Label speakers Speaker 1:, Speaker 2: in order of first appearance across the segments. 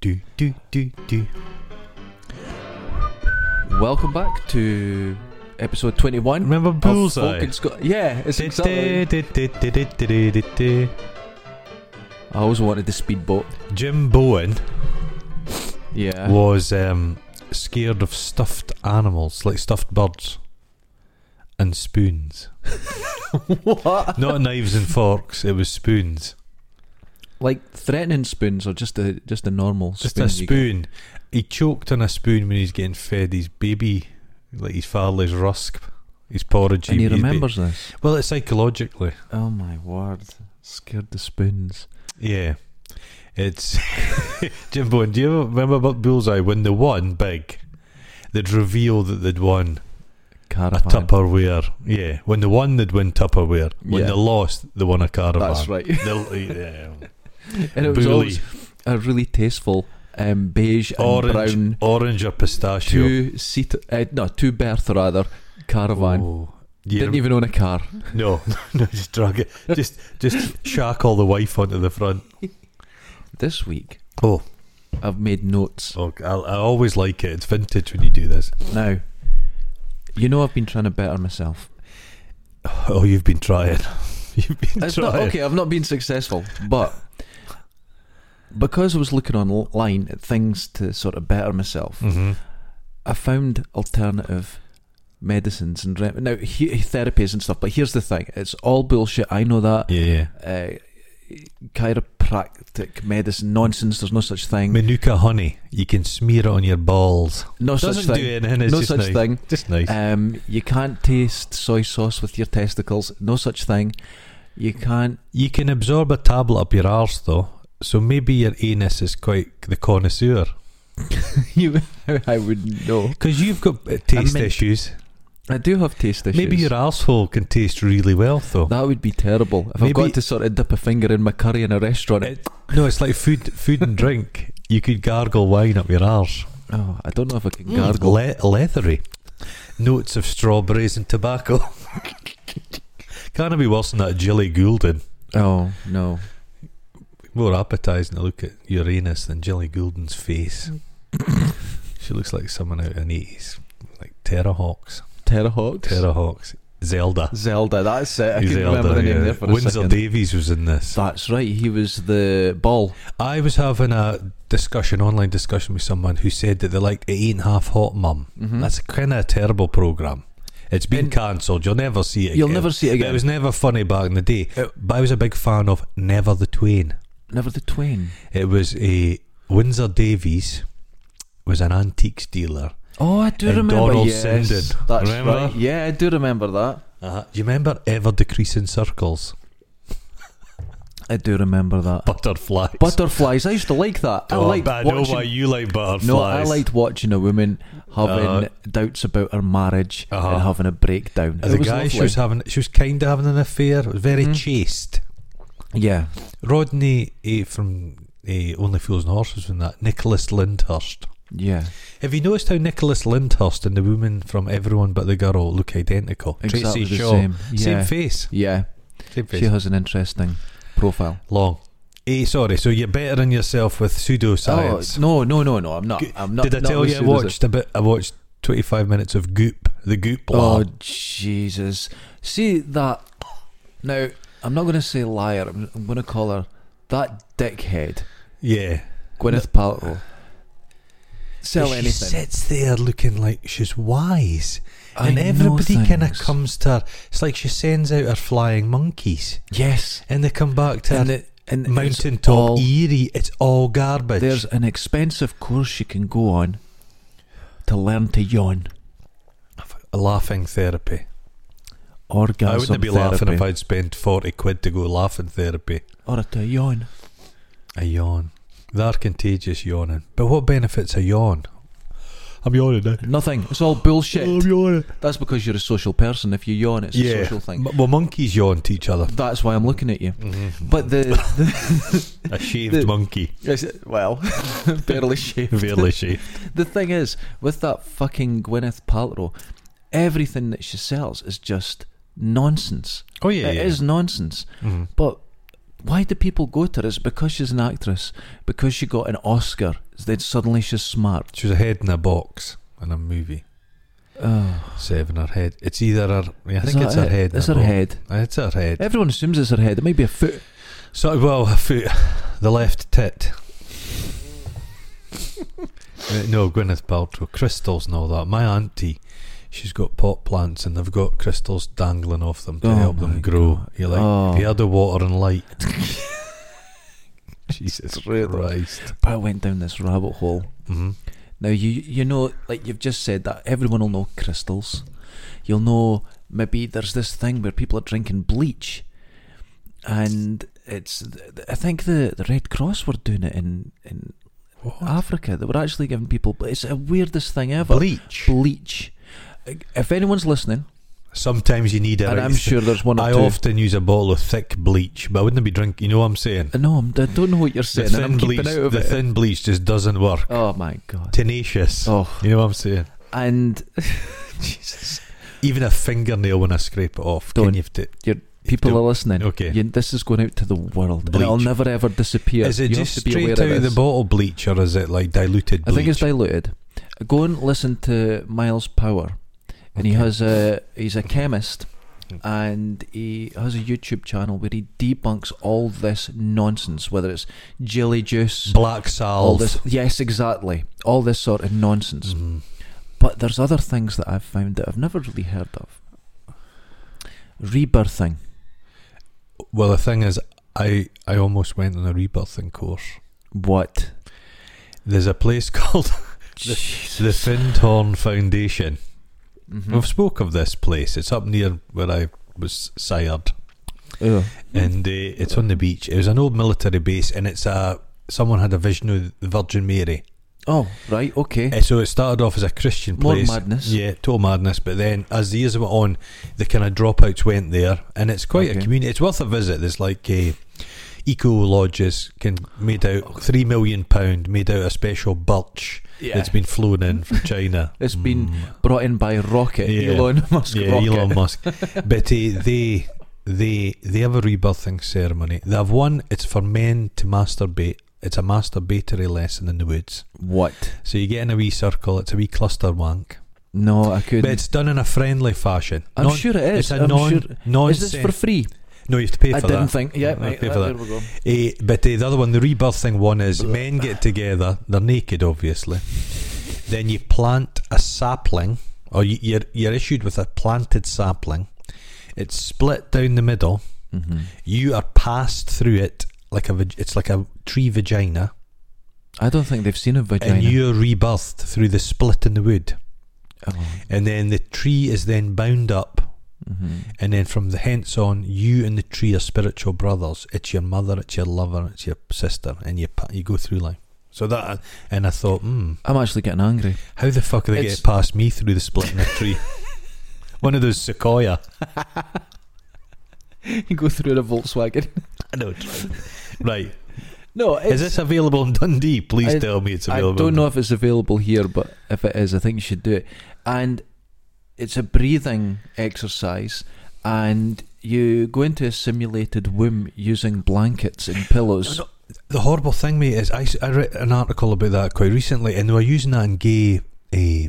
Speaker 1: Do, do, do, do.
Speaker 2: Welcome back to episode 21.
Speaker 1: Remember
Speaker 2: of
Speaker 1: Bullseye?
Speaker 2: Fucking Sco- yeah, it's exactly.
Speaker 1: Du-du-du-du-du-du-du-du.
Speaker 2: I always wanted the speedboat.
Speaker 1: Jim Bowen
Speaker 2: Yeah.
Speaker 1: was um, scared of stuffed animals, like stuffed birds and spoons.
Speaker 2: what?
Speaker 1: Not knives and forks, it was spoons.
Speaker 2: Like threatening spoons or just a just a normal
Speaker 1: Just
Speaker 2: spoon?
Speaker 1: a
Speaker 2: you get?
Speaker 1: spoon. He choked on a spoon when he's getting fed his baby, like his father's rusk, his porridge.
Speaker 2: And he
Speaker 1: he's ba-
Speaker 2: remembers this.
Speaker 1: Well, it's psychologically.
Speaker 2: Oh my word! Scared the spoons.
Speaker 1: Yeah. It's Jim Bowen. Do you ever remember about Bullseye when they won big? They'd reveal that they'd won a
Speaker 2: Caravan.
Speaker 1: Tupperware. Yeah, when they won, they'd win Tupperware. When
Speaker 2: Yeah.
Speaker 1: they lost, they won a caravan.
Speaker 2: That's right.
Speaker 1: They'll- yeah.
Speaker 2: and it was
Speaker 1: Bully.
Speaker 2: always a really tasteful um, beige and
Speaker 1: orange,
Speaker 2: brown
Speaker 1: orange or pistachio.
Speaker 2: two seat, uh, no two berth rather caravan.
Speaker 1: Oh. Yeah,
Speaker 2: Didn't even own a car.
Speaker 1: no, no, just drag it. Just, just shackle the wife onto the front.
Speaker 2: This week
Speaker 1: Oh,
Speaker 2: I've made notes.
Speaker 1: oh I, I always like it. It's vintage when you do this.
Speaker 2: Now, you know I've been trying to better myself.
Speaker 1: Oh, you've been trying. You've been
Speaker 2: It's
Speaker 1: trying.
Speaker 2: not okay. I've not been successful, but because I was looking online at things to sort of better myself,
Speaker 1: hmm
Speaker 2: I found alternative medicines and rem- now he- therapies and stuff. But here's the thing: it's all bullshit. I know that
Speaker 1: Yeah, yeah.
Speaker 2: uh, chiropractic medicine nonsense. There's no such thing.
Speaker 1: Manuka honey. You can smear it on your balls.
Speaker 2: No such
Speaker 1: Doesn't do
Speaker 2: thing.
Speaker 1: anything. It's
Speaker 2: No
Speaker 1: just
Speaker 2: such
Speaker 1: nice. Uh,
Speaker 2: thing.
Speaker 1: Just nice.
Speaker 2: Um, you can't taste soy sauce with your testicles. No such thing. You can't.
Speaker 1: you can absorb a tablet up your arse though, so maybe your anus is quite the connoisseur
Speaker 2: You, I wouldn't know.
Speaker 1: because you've got uh, taste
Speaker 2: mint
Speaker 1: issues.
Speaker 2: I do have taste issues.
Speaker 1: Maybe your arsehole can taste really well though.
Speaker 2: That would be terrible. If
Speaker 1: Maybe-
Speaker 2: I've got to sort of dip a finger in my curry in a restaurant.
Speaker 1: It- no, it's like food, food and drink. You could gargle wine up your arse.
Speaker 2: oh, I don't know if I can gargle.
Speaker 1: Mm. Le- leathery, notes of strawberries and tobacco. Can't it be worse than that Jilly Goulden?
Speaker 2: oh no.
Speaker 1: More appetising to look at Uranus than Jilly Goulden's face.
Speaker 2: Mm.
Speaker 1: she looks like someone out in the 80s, like Terrahawks.
Speaker 2: Terrahawks.
Speaker 1: Terrahawks. Zelda.
Speaker 2: Zelda. That's it. I
Speaker 1: He's
Speaker 2: can remember the name there for
Speaker 1: Windsor
Speaker 2: a second.
Speaker 1: Davies was in this.
Speaker 2: That's right. He was the ball.
Speaker 1: I was having a discussion, online discussion with someone who said that they liked It Ain't Half Hot Mum.
Speaker 2: Mhm.
Speaker 1: That's kind of a terrible programme. It's been
Speaker 2: And-
Speaker 1: cancelled. You'll never see it
Speaker 2: You'll
Speaker 1: again.
Speaker 2: never see it
Speaker 1: It
Speaker 2: again. Uh,
Speaker 1: was never funny back in the day.
Speaker 2: It-
Speaker 1: but I was a big fan of Never the Twain.
Speaker 2: Never the twain.
Speaker 1: It was a Windsor Davies was an antiques dealer.
Speaker 2: Oh, I do
Speaker 1: And
Speaker 2: remember.
Speaker 1: Donald
Speaker 2: yes,
Speaker 1: Sinden.
Speaker 2: that's
Speaker 1: Remember?
Speaker 2: right. Yeah, I do remember that.
Speaker 1: Uh-huh. Do you remember Ever Decreasing Circles?
Speaker 2: I do remember that.
Speaker 1: Butterflies.
Speaker 2: Butterflies. I used to like that. I
Speaker 1: Oh,
Speaker 2: liked
Speaker 1: but I know
Speaker 2: watching.
Speaker 1: why you like butterflies.
Speaker 2: no, I liked watching a woman having
Speaker 1: Uh,
Speaker 2: doubts about her marriage
Speaker 1: Uh-huh.
Speaker 2: and having a breakdown.
Speaker 1: The
Speaker 2: it was
Speaker 1: guy she
Speaker 2: lovely.
Speaker 1: was having, she was kind of having an affair. It was very
Speaker 2: Mhm.
Speaker 1: chaste.
Speaker 2: Yeah.
Speaker 1: Rodney eh, from eh, Only Fools and Horses and that Nicholas Lyndhurst.
Speaker 2: Yeah.
Speaker 1: Have you noticed how Nicholas Lyndhurst and the woman from Everyone But the Girl look identical?
Speaker 2: Exactly
Speaker 1: Tracy
Speaker 2: the
Speaker 1: Shaw.
Speaker 2: same. Yeah.
Speaker 1: face.
Speaker 2: Yeah.
Speaker 1: Same face.
Speaker 2: She has an interesting profile.
Speaker 1: Long. Eh, sorry, so you're bettering yourself with pseudoscience.
Speaker 2: Oh no, no, no, no! I'm not.
Speaker 1: Good.
Speaker 2: I'm not.
Speaker 1: Did I
Speaker 2: not
Speaker 1: tell you I
Speaker 2: listening, is it?
Speaker 1: watched a bit? I watched 25 minutes of Goop, the Goop
Speaker 2: Oh
Speaker 1: lab.
Speaker 2: Jesus! See that? Now I'm not going to say liar. I'm, I'm going to call her that dickhead,
Speaker 1: yeah.
Speaker 2: Gwyneth Paltrow. Sell
Speaker 1: she
Speaker 2: anything.
Speaker 1: sits there looking like she's wise.
Speaker 2: I
Speaker 1: and
Speaker 2: know
Speaker 1: everybody kind of
Speaker 2: things.
Speaker 1: comes to her. It's like she sends out her flying monkeys.
Speaker 2: Yes,
Speaker 1: And they come back to
Speaker 2: and
Speaker 1: her
Speaker 2: it, and it's
Speaker 1: mountaintop
Speaker 2: all-
Speaker 1: Erie. It's all garbage.
Speaker 2: There's an expensive course you can go on to learn to yawn.
Speaker 1: a laughing therapy.
Speaker 2: Orgasm
Speaker 1: I wouldn't be laughing if
Speaker 2: therapy,
Speaker 1: I'd spent 40 quid to go laughing therapy.
Speaker 2: or to yawn.
Speaker 1: A yawn. They're contagious yawning. But what benefits a yawn? I'm yawning now.
Speaker 2: Nothing. It's all bullshit.
Speaker 1: I'm yawning.
Speaker 2: That's because you're a social person. If you yawn, it's a social thing.
Speaker 1: M- well, monkeys yawn to each other.
Speaker 2: That's why I'm looking at you.
Speaker 1: Mm-hmm.
Speaker 2: But the,
Speaker 1: A shaved
Speaker 2: The-
Speaker 1: monkey.
Speaker 2: the well, barely shaved.
Speaker 1: Barely shaved.
Speaker 2: The thing is, with that fucking Gwyneth Paltrow, everything that she sells is just nonsense.
Speaker 1: Oh,
Speaker 2: It is nonsense.
Speaker 1: Mhm.
Speaker 2: But why do people go to her? It's because she's an actress. Because she got an Oscar, then suddenly she's smart.
Speaker 1: She was a head in a box in a movie.
Speaker 2: Oh,
Speaker 1: Saving her head. It's either her. I
Speaker 2: Is
Speaker 1: think it's
Speaker 2: that
Speaker 1: her
Speaker 2: it?
Speaker 1: head. in
Speaker 2: It's
Speaker 1: a
Speaker 2: her
Speaker 1: box.
Speaker 2: head.
Speaker 1: It's her head.
Speaker 2: Everyone assumes it's her head. It might be a foot.
Speaker 1: So well, a foot, the left tit. Uh, no, Gwyneth Paltrow, crystals and all that. My auntie, she's got pot plants and they've got crystals dangling off them to
Speaker 2: Oh
Speaker 1: help
Speaker 2: my
Speaker 1: them grow.
Speaker 2: God.
Speaker 1: You're like,
Speaker 2: Oh.
Speaker 1: have you had the water and light? Jesus Christ.
Speaker 2: But I went down this rabbit hole.
Speaker 1: hmm
Speaker 2: Now you you know, like you've just said that everyone will know crystals. You'll know maybe there's this thing where people are drinking bleach, and it's I think the the Red Cross were doing it in in Africa. They were actually giving people. It's the weirdest thing ever.
Speaker 1: Bleach.
Speaker 2: Bleach. If anyone's listening,
Speaker 1: Sometimes you need it.
Speaker 2: and I'm sure there's one or
Speaker 1: I
Speaker 2: two.
Speaker 1: often use a bottle of thick bleach, but I wouldn't be drinking. You know what I'm saying?
Speaker 2: no, I'm, I don't know what you're
Speaker 1: The
Speaker 2: saying. and
Speaker 1: thin
Speaker 2: I'm
Speaker 1: bleach,
Speaker 2: keeping out of
Speaker 1: the
Speaker 2: it.
Speaker 1: thin bleach just doesn't work.
Speaker 2: oh my god.
Speaker 1: Tenacious.
Speaker 2: Oh,
Speaker 1: You know what I'm saying?
Speaker 2: and Jesus.
Speaker 1: Even a fingernail when I scrape it off. Can
Speaker 2: Don't.
Speaker 1: you have to,
Speaker 2: Your people
Speaker 1: Don't-
Speaker 2: are listening.
Speaker 1: okay.
Speaker 2: You- this is going out to the world. And it'll
Speaker 1: Bleach.
Speaker 2: never ever disappear.
Speaker 1: is it
Speaker 2: you
Speaker 1: just
Speaker 2: have to be
Speaker 1: straight
Speaker 2: aware
Speaker 1: out
Speaker 2: of
Speaker 1: of the
Speaker 2: this.
Speaker 1: bottle bleach or is it like diluted
Speaker 2: I
Speaker 1: bleach?
Speaker 2: think it's diluted. Go and listen to Miles Power, and he
Speaker 1: Okay.
Speaker 2: has a he's a chemist,
Speaker 1: Mm.
Speaker 2: and he has a YouTube channel where he debunks all this nonsense, whether it's jelly juice,
Speaker 1: black
Speaker 2: all
Speaker 1: salve.
Speaker 2: this. Yes, exactly, all this sort of nonsense.
Speaker 1: Mm.
Speaker 2: But there's other things that I've found that I've never really heard of. Rebirthing.
Speaker 1: Well, the thing is, I, I almost went on a rebirthing course.
Speaker 2: What?
Speaker 1: There's a place called the Findhorn Foundation.
Speaker 2: Mhm.
Speaker 1: We've spoke of this place. It's up near where I was sired.
Speaker 2: Ugh.
Speaker 1: and uh, it's on the beach. It was an old military base, and it's a someone had a vision of the Virgin Mary.
Speaker 2: Oh, right, okay.
Speaker 1: Uh, So it started off as a Christian
Speaker 2: More
Speaker 1: place,
Speaker 2: madness.
Speaker 1: yeah, total madness. But then, as the years went on, the kind of dropouts went there, and it's quite
Speaker 2: Okay.
Speaker 1: a community. It's worth a visit. There's like uh, eco lodges can made out three million pound made out a special birch
Speaker 2: Yeah.
Speaker 1: that's been flown in from China.
Speaker 2: It's been
Speaker 1: Mm.
Speaker 2: brought in by Rocket,
Speaker 1: Yeah.
Speaker 2: Elon Musk
Speaker 1: yeah,
Speaker 2: Rocket.
Speaker 1: Elon Musk. but eh, they they they have a rebirthing ceremony. They have one. It's for men to masturbate. It's a masturbatory lesson in the woods.
Speaker 2: What?
Speaker 1: So you get in a wee circle. It's a wee cluster wank,
Speaker 2: No, I couldn't.
Speaker 1: but it's done in a friendly fashion.
Speaker 2: I'm
Speaker 1: Non-
Speaker 2: sure it is.
Speaker 1: It's a
Speaker 2: I'm
Speaker 1: non
Speaker 2: sure. Is
Speaker 1: nonsense.
Speaker 2: this for free?
Speaker 1: no, you have to pay for
Speaker 2: I didn't
Speaker 1: that.
Speaker 2: think. Yeah,
Speaker 1: You have to
Speaker 2: right,
Speaker 1: pay for
Speaker 2: there
Speaker 1: that.
Speaker 2: we go.
Speaker 1: Eh, but eh, the other one, the rebirthing one, is
Speaker 2: Blah.
Speaker 1: men get together. They're naked, obviously. then you plant a sapling, or you, you're you're issued with a planted sapling. It's split down the middle. Mm-hmm.
Speaker 2: Mhm.
Speaker 1: you are passed through it like a vag- it's like a tree vagina,
Speaker 2: I don't think they've seen a vagina.
Speaker 1: and you're rebirthed through the split in the wood
Speaker 2: Oh,
Speaker 1: and then the tree is then bound up
Speaker 2: mhm.
Speaker 1: and then from the hence on you and the tree are spiritual brothers it's your mother it's your lover it's your sister and you pa- you go through life so that and I thought hmm
Speaker 2: I'm actually getting angry.
Speaker 1: how the fuck are they
Speaker 2: It's-
Speaker 1: get past me through the split in the tree one of those sequoia
Speaker 2: you go through in a Volkswagen.
Speaker 1: I know it's right
Speaker 2: No, it's,
Speaker 1: is this available in Dundee please
Speaker 2: I-
Speaker 1: tell me it's
Speaker 2: I
Speaker 1: available
Speaker 2: don't know if it's available here, but if it is, I think you should do it. And it's a breathing exercise, and you go into a simulated womb using blankets and pillows.
Speaker 1: No, The horrible thing, mate, is I, s- I read an article about that quite recently, and they were using that in gay eh,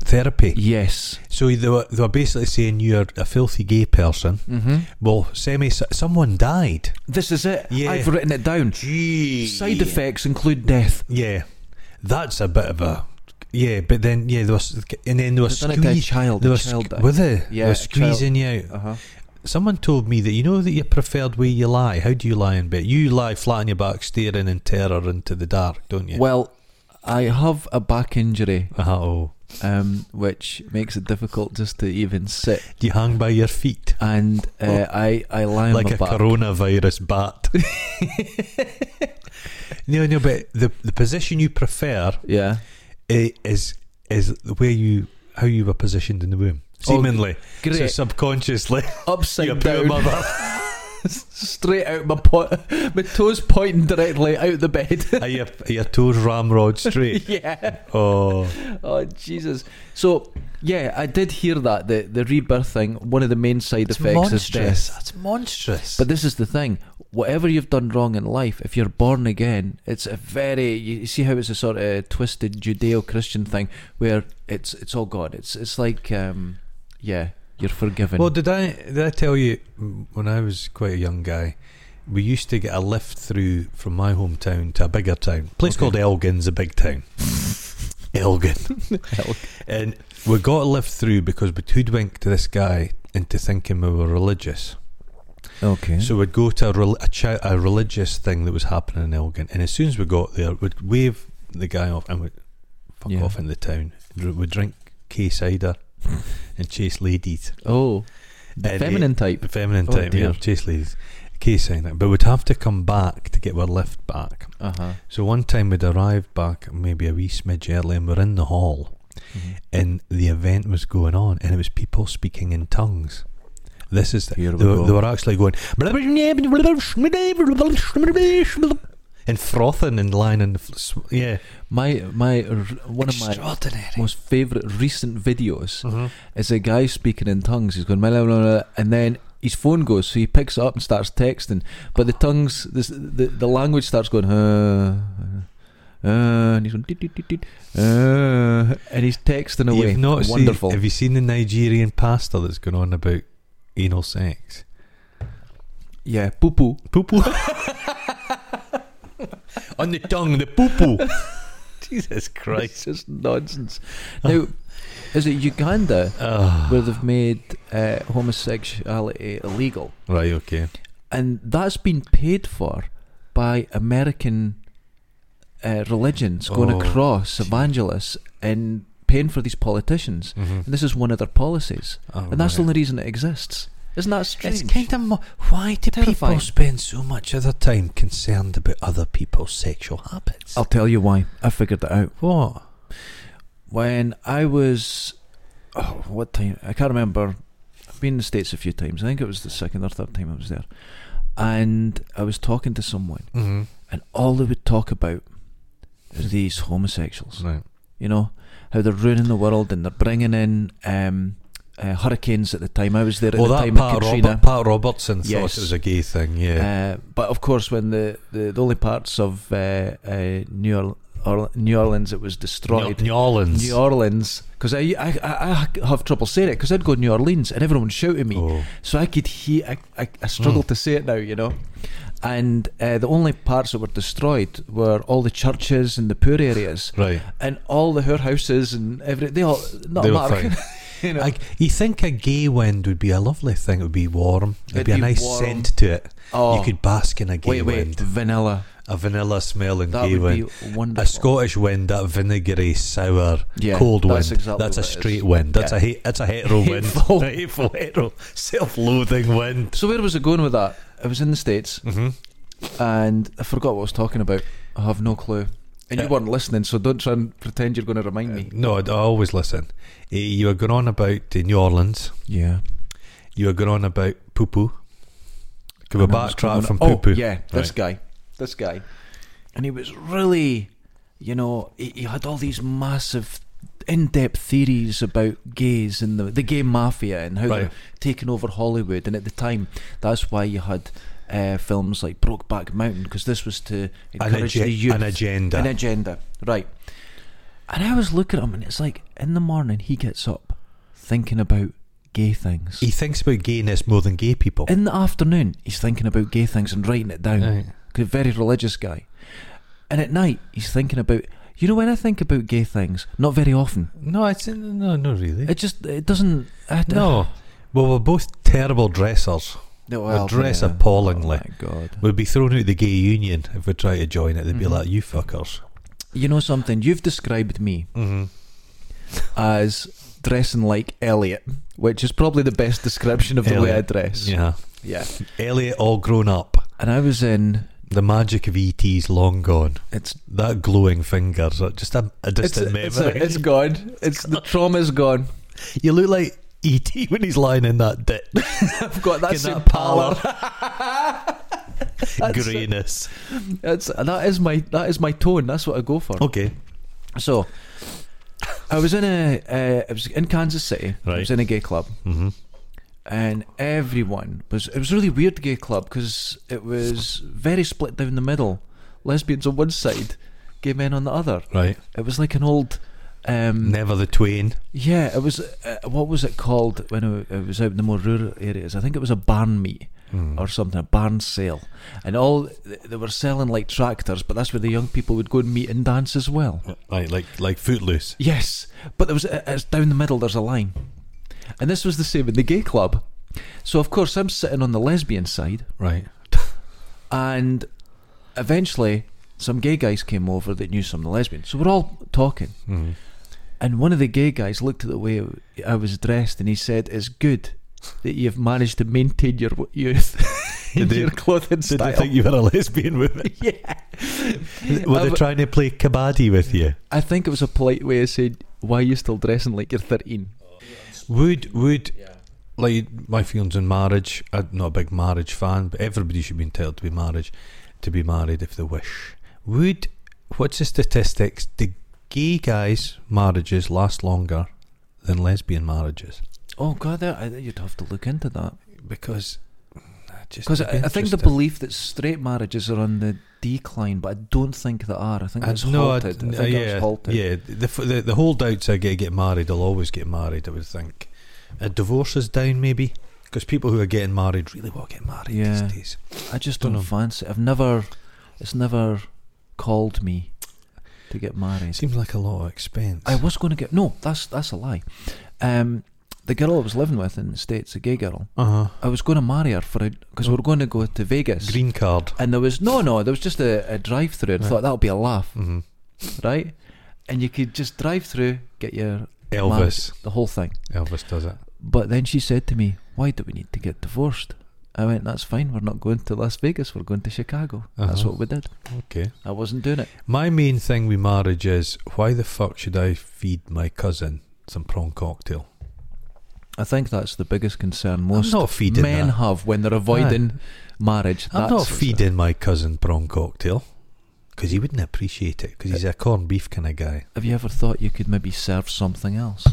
Speaker 1: therapy.
Speaker 2: Yes.
Speaker 1: So they were, they were basically saying you're a filthy gay person.
Speaker 2: Mm-hmm.
Speaker 1: Well, semi someone died.
Speaker 2: This is it.
Speaker 1: Yeah.
Speaker 2: I've written it down.
Speaker 1: Gee.
Speaker 2: Side effects include death.
Speaker 1: Yeah, that's a bit of a yeah. But then yeah, there was and then there was
Speaker 2: They've done it to a
Speaker 1: squeeze.
Speaker 2: child.
Speaker 1: There
Speaker 2: a
Speaker 1: was
Speaker 2: child
Speaker 1: sque- were they? they
Speaker 2: Yeah,
Speaker 1: were
Speaker 2: a child-
Speaker 1: squeezing you out.
Speaker 2: uh-huh.
Speaker 1: Someone told me that you know that your preferred way you lie. How do you lie in bed? You lie flat on your back, staring in terror into the dark, don't you?
Speaker 2: Well, I have a back injury,
Speaker 1: oh,
Speaker 2: um, which makes it difficult just to even sit.
Speaker 1: do you hang by your feet?
Speaker 2: And uh,
Speaker 1: Oh.
Speaker 2: I, I lie on
Speaker 1: like
Speaker 2: my
Speaker 1: a
Speaker 2: back.
Speaker 1: coronavirus bat. no, no, but the the position you prefer
Speaker 2: yeah.
Speaker 1: eh, is is where you how you were positioned in the womb, seemingly, so
Speaker 2: Great.
Speaker 1: subconsciously. Your
Speaker 2: Upside
Speaker 1: poor
Speaker 2: down.
Speaker 1: mother.
Speaker 2: straight out my pot. My toes pointing directly out the bed.
Speaker 1: Are your, are your toes ramrod straight?
Speaker 2: yeah.
Speaker 1: Oh,
Speaker 2: Oh Jesus. So Yeah, I did hear that the the rebirth thing. One of the main side effects is death.
Speaker 1: monstrous. That's monstrous.
Speaker 2: But this is the thing: whatever you've done wrong in life, if you're born again, it's a very you see how it's a sort of twisted Judeo-Christian thing where it's it's all God. It's it's like um, yeah, you're forgiven.
Speaker 1: well, did I did I tell you mm, when I was quite a young guy, we used to get a lift through from my hometown to a bigger town. place
Speaker 2: Okay.
Speaker 1: called Elgin's a big town. Elgin.
Speaker 2: Hell.
Speaker 1: And we got a lift through because we'd hoodwinked this guy into thinking we were religious.
Speaker 2: okay.
Speaker 1: So we'd go to a, rel- a, chi- a religious thing that was happening in Elgin. And as soon as we got there, we'd wave the guy off and we'd fuck
Speaker 2: Yeah.
Speaker 1: off into town. Dr- We'd drink K cider and chase ladies.
Speaker 2: oh, the
Speaker 1: And
Speaker 2: feminine type.
Speaker 1: The feminine
Speaker 2: Oh,
Speaker 1: type, yeah,
Speaker 2: dear.
Speaker 1: chase ladies. K cider. But we'd have to come back to get our lift back.
Speaker 2: Uh huh.
Speaker 1: So one time we'd arrived back maybe a wee smidge early and we're in the hall and the event was going on, and it was people speaking in tongues. This is the,
Speaker 2: Here we
Speaker 1: they, were,
Speaker 2: go.
Speaker 1: they were actually going and frothing and lying in the fl- sw- yeah,
Speaker 2: My my r- one of my
Speaker 1: extraordinary.
Speaker 2: most favorite recent videos
Speaker 1: Mhm.
Speaker 2: is a guy speaking in tongues. He's going, "Blah, blah, blah, blah," and then his phone goes, so he picks it up and starts texting. But the tongues, this, the the language starts going, uh, uh, and he's going, "Deet, deet, deet, deet, uh," and he's texting away.
Speaker 1: You've not
Speaker 2: Wonderful.
Speaker 1: Seen, have you seen the Nigerian pastor that's going on about anal sex?
Speaker 2: yeah, poo poo.
Speaker 1: Poo poo. on the tongue, the poo poo. Jesus
Speaker 2: It's
Speaker 1: Christ.
Speaker 2: just nonsense. Now, is it Uganda
Speaker 1: Ah.
Speaker 2: where they've made uh, homosexuality illegal?
Speaker 1: Right. Okay.
Speaker 2: and that's been paid for by American uh, religions going
Speaker 1: Oh,
Speaker 2: across evangelists and paying for these politicians.
Speaker 1: Mm-hmm.
Speaker 2: And this is one of their policies, and that's the only reason it exists. Isn't that strange?
Speaker 1: Oh, It's kind of mo- why do
Speaker 2: Terrifying.
Speaker 1: people spend so much of their time concerned about other people's sexual habits?
Speaker 2: I'll tell you why. I figured that out
Speaker 1: what?
Speaker 2: when I was. Oh, what time? I can't remember. I've been in the states a few times. I think it was the second or third time I was there, and I was talking to someone,
Speaker 1: Mm-hmm.
Speaker 2: and all they would talk about is these homosexuals.
Speaker 1: Right.
Speaker 2: you know how they're ruining the world and they're bringing in um, uh, hurricanes at the time I was there at
Speaker 1: Well,
Speaker 2: the
Speaker 1: that
Speaker 2: time
Speaker 1: Pat,
Speaker 2: of Katrina
Speaker 1: Robert, Pat Robertson
Speaker 2: Yes.
Speaker 1: thought it was a gay thing. Yeah.
Speaker 2: uh, but of course when the, the, the only parts of uh, uh, New, Orl- Orl- New Orleans it was destroyed
Speaker 1: New, New Orleans.
Speaker 2: New Orleans because I, I, I, I have trouble saying it because I'd go to New Orleans and everyone would shout at me
Speaker 1: Oh.
Speaker 2: so I could hear I, I, I struggle
Speaker 1: Hmm.
Speaker 2: to say it now you know and uh, the only parts that were destroyed were all the churches and the poor areas
Speaker 1: Right.
Speaker 2: and all the her houses and every they all not
Speaker 1: They
Speaker 2: a
Speaker 1: were
Speaker 2: matter.
Speaker 1: fine.
Speaker 2: you know.
Speaker 1: I, you think a gay wind would be a lovely thing? It would be warm. It'd,
Speaker 2: It'd
Speaker 1: be,
Speaker 2: be
Speaker 1: a nice
Speaker 2: warm.
Speaker 1: scent to it.
Speaker 2: oh,
Speaker 1: You could bask in a gay
Speaker 2: wait, wait,
Speaker 1: wind,
Speaker 2: vanilla.
Speaker 1: a vanilla smelling
Speaker 2: That
Speaker 1: gay
Speaker 2: would
Speaker 1: wind,
Speaker 2: be wonderful.
Speaker 1: a Scottish wind, that vinegary, sour,
Speaker 2: yeah,
Speaker 1: cold wind.
Speaker 2: That's exactly
Speaker 1: that's a
Speaker 2: what it is.
Speaker 1: straight wind. That's a he- that's a hetero wind.
Speaker 2: Hateful.
Speaker 1: A hateful hetero, self-loathing wind.
Speaker 2: So where was it going with that? I was in the states
Speaker 1: Mm-hmm.
Speaker 2: and I forgot what I was talking about. I have no clue. And you
Speaker 1: Uh,
Speaker 2: weren't listening, so don't try and pretend you're going to remind me.
Speaker 1: No, I I always listen. Eh, You were going on about eh, New Orleans.
Speaker 2: Yeah,
Speaker 1: You were going on about poo poo. Could we
Speaker 2: And I was
Speaker 1: backtrack
Speaker 2: going-
Speaker 1: from
Speaker 2: oh,
Speaker 1: poo poo?
Speaker 2: Yeah, this guy, this guy, and he was really, you know, he, he had all these massive, in-depth theories about gays and the the gay mafia and how
Speaker 1: Right.
Speaker 2: they're taking over Hollywood. And at the time, that's why you had uh, films like Brokeback Mountain because this was to
Speaker 1: An,
Speaker 2: encourage
Speaker 1: age-
Speaker 2: the youth.
Speaker 1: an agenda.
Speaker 2: An agenda, right? And I was looking at him, and it's like in the morning he gets up thinking about gay things.
Speaker 1: he thinks about gayness more than gay people.
Speaker 2: In the afternoon, he's thinking about gay things and writing it down.
Speaker 1: Right.
Speaker 2: 'Cause very religious guy. And at night, he's thinking about. You know, when I think about gay things, not very often.
Speaker 1: No, it's no, no, really.
Speaker 2: It just it doesn't. I, d-
Speaker 1: no, well, we're both terrible dressers.
Speaker 2: no
Speaker 1: we dress appallingly.
Speaker 2: Oh my God.
Speaker 1: We'd be thrown out of the gay union if we try to join it. They'd be
Speaker 2: Mhm.
Speaker 1: like, "You fuckers."
Speaker 2: You know something? You've described me
Speaker 1: Mm-hmm.
Speaker 2: as dressing like Elliot, which is probably the best description of the way I
Speaker 1: Elliot.
Speaker 2: dress.
Speaker 1: Yeah,
Speaker 2: Yeah.
Speaker 1: Elliot, all grown up.
Speaker 2: And I was in.
Speaker 1: The magic of ET's long gone.
Speaker 2: It's
Speaker 1: That glowing finger, so- just a, a
Speaker 2: it's,
Speaker 1: distant
Speaker 2: it's,
Speaker 1: memory.
Speaker 2: it's gone. It's the trauma's gone.
Speaker 1: you look like E.T. when he's lying in that ditch.
Speaker 2: I've got that
Speaker 1: In
Speaker 2: same
Speaker 1: that
Speaker 2: pallor. That's-
Speaker 1: Greyness.
Speaker 2: That's that is my that is my tone. That's what I go for.
Speaker 1: Okay.
Speaker 2: So I was in a, uh, I was in Kansas City. I
Speaker 1: Right.
Speaker 2: was in a gay club,
Speaker 1: Mm-hmm.
Speaker 2: and everyone was. It was a really weird gay club because it was very split down the middle. Lesbians on one side, gay men on the other.
Speaker 1: Right.
Speaker 2: It was like an old. Um,
Speaker 1: Never the twain.
Speaker 2: yeah, it was. Uh, what was it called when I I was out in the more rural areas? I think it was a barn meet
Speaker 1: Mm.
Speaker 2: or something, a barn sale, and all they were selling like tractors, but that's where the young people would go and meet and dance as well.
Speaker 1: Right, like like Footloose.
Speaker 2: Yes, but there was uh, it's down the middle. There's a line, and this was the same in the gay club. So of course I'm sitting on the lesbian side,
Speaker 1: Right.
Speaker 2: and eventually some gay guys came over that knew some of the lesbians. So we're all talking,
Speaker 1: Mm.
Speaker 2: and one of the gay guys looked at the way I was dressed, and he said, "It's good." That you've managed to maintain your w- youth,
Speaker 1: Did
Speaker 2: in
Speaker 1: they-
Speaker 2: your clothing
Speaker 1: Did
Speaker 2: style.
Speaker 1: they think you were a lesbian with it?
Speaker 2: yeah,
Speaker 1: Were
Speaker 2: I
Speaker 1: they
Speaker 2: w-
Speaker 1: trying to play kabaddi with you?
Speaker 2: I think it was a polite way of saying, "Why are you still dressing like you're 13?
Speaker 1: Would would like my feelings on marriage? I'm not a big marriage fan, but everybody should be entitled to be married, to be married if they wish. Would what's the statistics? Do gay guys' marriages last longer than lesbian marriages?
Speaker 2: Oh God, that, I, you'd have to look into that
Speaker 1: Because I just
Speaker 2: because
Speaker 1: think
Speaker 2: I, I think the
Speaker 1: interesting.
Speaker 2: belief that straight marriages are on the decline, but I don't think they are. I think
Speaker 1: I
Speaker 2: it's
Speaker 1: know, I-
Speaker 2: halted. I,
Speaker 1: n-
Speaker 2: think
Speaker 1: yeah,
Speaker 2: it's halted.
Speaker 1: Yeah, the, f- the the holdouts are going to get married. They'll always get married, I would think. Uh, divorce is down, maybe, because people who are getting married really will get married
Speaker 2: Yeah.
Speaker 1: these days.
Speaker 2: I just don't,
Speaker 1: Dunno.
Speaker 2: fancy. I've never, it's never called me to get married.
Speaker 1: It seems like a lot of expense.
Speaker 2: I was going to get no. That's that's a lie. Um, the girl I was living with in the states, a gay girl,
Speaker 1: uh huh.
Speaker 2: I was going to marry her for a because we were going to go to Vegas.
Speaker 1: Green card.
Speaker 2: and there was no, no. There was just a, a drive through. I
Speaker 1: Right.
Speaker 2: thought that'll be a laugh,
Speaker 1: hmm
Speaker 2: right? And you could just drive through, get your
Speaker 1: Elvis.
Speaker 2: the whole thing.
Speaker 1: Elvis does it.
Speaker 2: But then she said to me, Why do we need to get divorced? I went, That's fine, we're not going to Las Vegas, we're going to Chicago. That's
Speaker 1: Uh-huh.
Speaker 2: what we did.
Speaker 1: Okay.
Speaker 2: I wasn't doing it.
Speaker 1: My main thing with marriage is why the fuck should I feed my cousin some prawn cocktail?
Speaker 2: I think that's the biggest concern most
Speaker 1: I'm not feeding
Speaker 2: men
Speaker 1: that.
Speaker 2: have when they're avoiding marriage.
Speaker 1: I'm not
Speaker 2: That's-
Speaker 1: feeding my cousin prawn cocktail because he wouldn't appreciate it because he's a corned beef kind of guy.
Speaker 2: Have you ever thought you could maybe serve something else?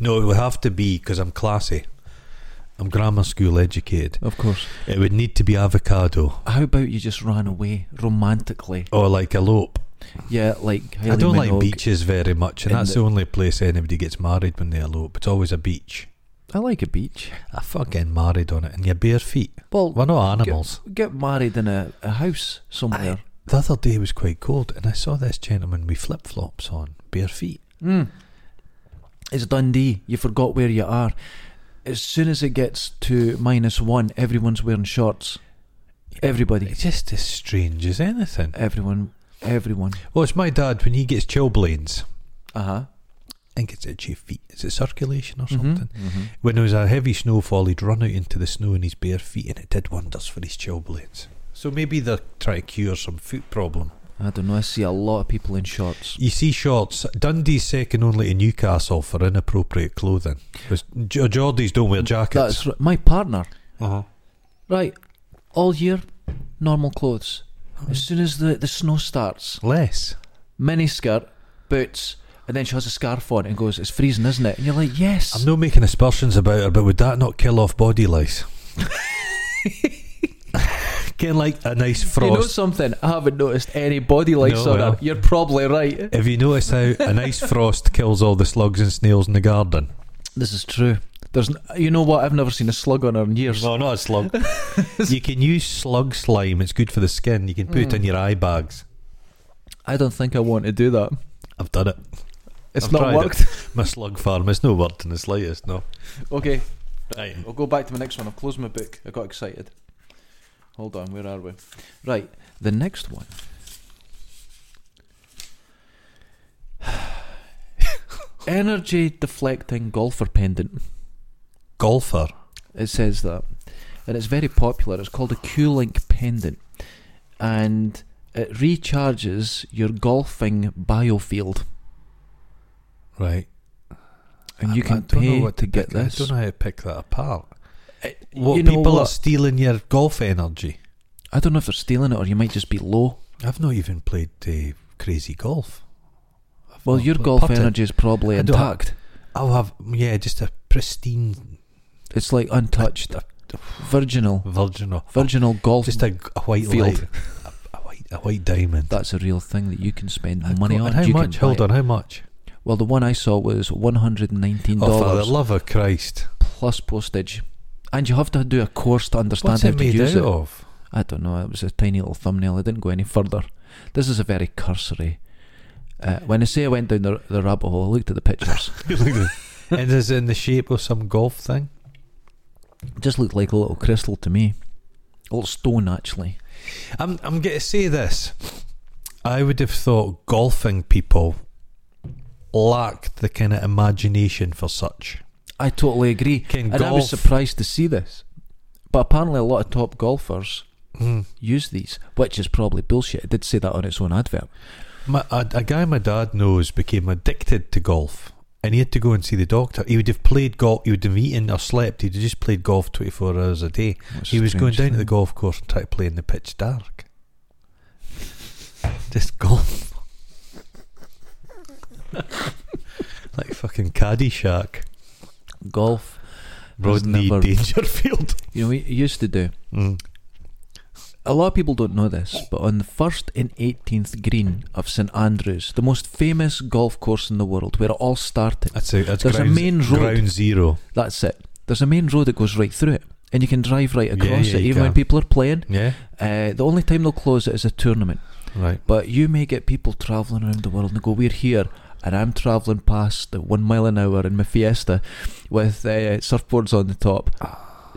Speaker 1: No, it would have to be because I'm classy. I'm grammar school educated.
Speaker 2: Of course.
Speaker 1: It would need to be avocado
Speaker 2: How about you just ran away romantically?
Speaker 1: or like a lope.
Speaker 2: Yeah, like
Speaker 1: I
Speaker 2: Kylie
Speaker 1: don't
Speaker 2: Minogue.
Speaker 1: like beaches very much, and
Speaker 2: In
Speaker 1: that's
Speaker 2: the-
Speaker 1: the only place anybody gets married when they elope. It's always a beach.
Speaker 2: I like a beach.
Speaker 1: I fucking married on it, and your bare feet.
Speaker 2: Well,
Speaker 1: We're not animals.
Speaker 2: get married in a, a house somewhere.
Speaker 1: The other day was quite cold, and I saw this gentleman with flip flops on, bare feet.
Speaker 2: Mm. It's Dundee. You forgot where you are. As soon as it gets to minus one, everyone's wearing shorts. Everybody.
Speaker 1: It's just as strange as anything.
Speaker 2: Uh, Everyone. Everyone.
Speaker 1: Well, it's my dad when he gets chilblains.
Speaker 2: Uh huh.
Speaker 1: I think it's itchy feet. Is it circulation or something?
Speaker 2: Something.
Speaker 1: When there was a heavy snowfall, he'd run out into the snow in his bare feet, and it did wonders for his chilblains. So maybe they're trying to cure some foot problem.
Speaker 2: I don't know. I see a lot of people in shorts.
Speaker 1: You see, shorts. Dundee's second only to Newcastle for inappropriate clothing. 'Cause G- Geordies don't wear jackets.
Speaker 2: That's right. my partner.
Speaker 1: uh-huh.
Speaker 2: Right. All year, normal clothes. As soon as the, the snow starts,
Speaker 1: Less.
Speaker 2: mini skirt, boots, and then she has a scarf on and goes, It's freezing, isn't it? And you're like, Yes.
Speaker 1: I'm no making aspersions about her, but would that not kill off body lice? Getting like a nice frost.
Speaker 2: You know something? I haven't noticed any body lights
Speaker 1: No,
Speaker 2: on
Speaker 1: well.
Speaker 2: her. You're probably right.
Speaker 1: Have you noticed how a nice frost kills all the slugs and snails in the garden?
Speaker 2: This is true. There's, n- you know what? I've never seen a slug on her in years.
Speaker 1: No, not a slug. you can use slug slime. It's good for the skin. You can put it
Speaker 2: Mm.
Speaker 1: in your eye bags.
Speaker 2: I don't think I want to do that.
Speaker 1: I've done it.
Speaker 2: It's
Speaker 1: I've
Speaker 2: not
Speaker 1: tried
Speaker 2: worked.
Speaker 1: My slug farm. It's no worked in the slightest. No.
Speaker 2: okay,
Speaker 1: Right.
Speaker 2: I'll go back to my next one. I've closed my book. I got excited. Hold on, where are we? Right, the next one. Energy deflecting golfer pendant.
Speaker 1: Golfer.
Speaker 2: It says that, and it's very popular. It's called a Q-Link pendant, and it recharges your golfing biofield,
Speaker 1: Right.
Speaker 2: and
Speaker 1: I-
Speaker 2: you
Speaker 1: I
Speaker 2: can
Speaker 1: don't know
Speaker 2: pay
Speaker 1: what
Speaker 2: to get
Speaker 1: pick- I
Speaker 2: this.
Speaker 1: don't know how to pick that apart.
Speaker 2: It-
Speaker 1: What
Speaker 2: you know
Speaker 1: people are
Speaker 2: what?
Speaker 1: stealing your golf energy.
Speaker 2: I don't know if they're stealing it or you might just be low.
Speaker 1: I've not even played uh, crazy golf. I've
Speaker 2: Well,
Speaker 1: Well,
Speaker 2: your
Speaker 1: but
Speaker 2: golf
Speaker 1: putting-
Speaker 2: energy is probably
Speaker 1: I don't have-
Speaker 2: intact.
Speaker 1: I'll have yeah, just a pristine,
Speaker 2: It's like untouched,
Speaker 1: a-
Speaker 2: virginal,
Speaker 1: virginal,
Speaker 2: virginal golf.
Speaker 1: just a, a white
Speaker 2: Field.
Speaker 1: light, a, a white, a white diamond.
Speaker 2: That's a real thing that you can spend
Speaker 1: I've
Speaker 2: money
Speaker 1: got-
Speaker 2: on.
Speaker 1: and how
Speaker 2: you
Speaker 1: much?
Speaker 2: Can
Speaker 1: Hold
Speaker 2: buy it.
Speaker 1: on, how much?
Speaker 2: Well, the one I saw was one hundred and nineteen
Speaker 1: Oh, for the
Speaker 2: dollars
Speaker 1: love of Christ!
Speaker 2: plus postage, and you have to do a course to understand
Speaker 1: What's
Speaker 2: how
Speaker 1: it
Speaker 2: to
Speaker 1: made out
Speaker 2: use it.
Speaker 1: of?
Speaker 2: I don't know. It was a tiny little thumbnail. I didn't go any further. This is a very cursory. Uh, when I say I went down the, the rabbit hole, I looked at the pictures.
Speaker 1: and is it in the shape of some golf thing?
Speaker 2: It just looked like a little crystal to me, a little stone actually.
Speaker 1: I'm I'm going to say this. I would have thought golfing people lacked the kind of imagination for such.
Speaker 2: I totally agree,
Speaker 1: Can
Speaker 2: and I
Speaker 1: golf-
Speaker 2: was surprised to see this. But apparently, a lot of top golfers
Speaker 1: Mm.
Speaker 2: use these, which is probably bullshit. It did say that on its own advert.
Speaker 1: My, a, a guy my dad knows became addicted to golf, and he had to go and see the doctor. He would have played golf. He would have eaten or slept. He'd have just played golf twenty four hours a day.
Speaker 2: That's
Speaker 1: he was going
Speaker 2: strange
Speaker 1: down to the
Speaker 2: thing.
Speaker 1: golf course and tried to play in the pitch dark. Just golf. like fucking Caddyshack.
Speaker 2: golf. was
Speaker 1: Rodney
Speaker 2: never-
Speaker 1: Dangerfield.
Speaker 2: You know, we used to do.
Speaker 1: Mm.
Speaker 2: A lot of people don't know this, but on the 1st and 18th green of St Andrews, the most famous golf course in the world, where it all started,
Speaker 1: That's a that's
Speaker 2: There's a
Speaker 1: ground,
Speaker 2: main road.
Speaker 1: ground zero.
Speaker 2: that's it. There's a main road that goes right through it, and you can drive right across
Speaker 1: yeah,
Speaker 2: it,
Speaker 1: you
Speaker 2: even when
Speaker 1: can.
Speaker 2: people are playing.
Speaker 1: Yeah,
Speaker 2: Uh, the only time they'll close it is a tournament.
Speaker 1: right.
Speaker 2: But you may get people travelling around the world and they go, We're here. And I'm travelling past at one mile an hour in my Fiesta with uh, surfboards on the top,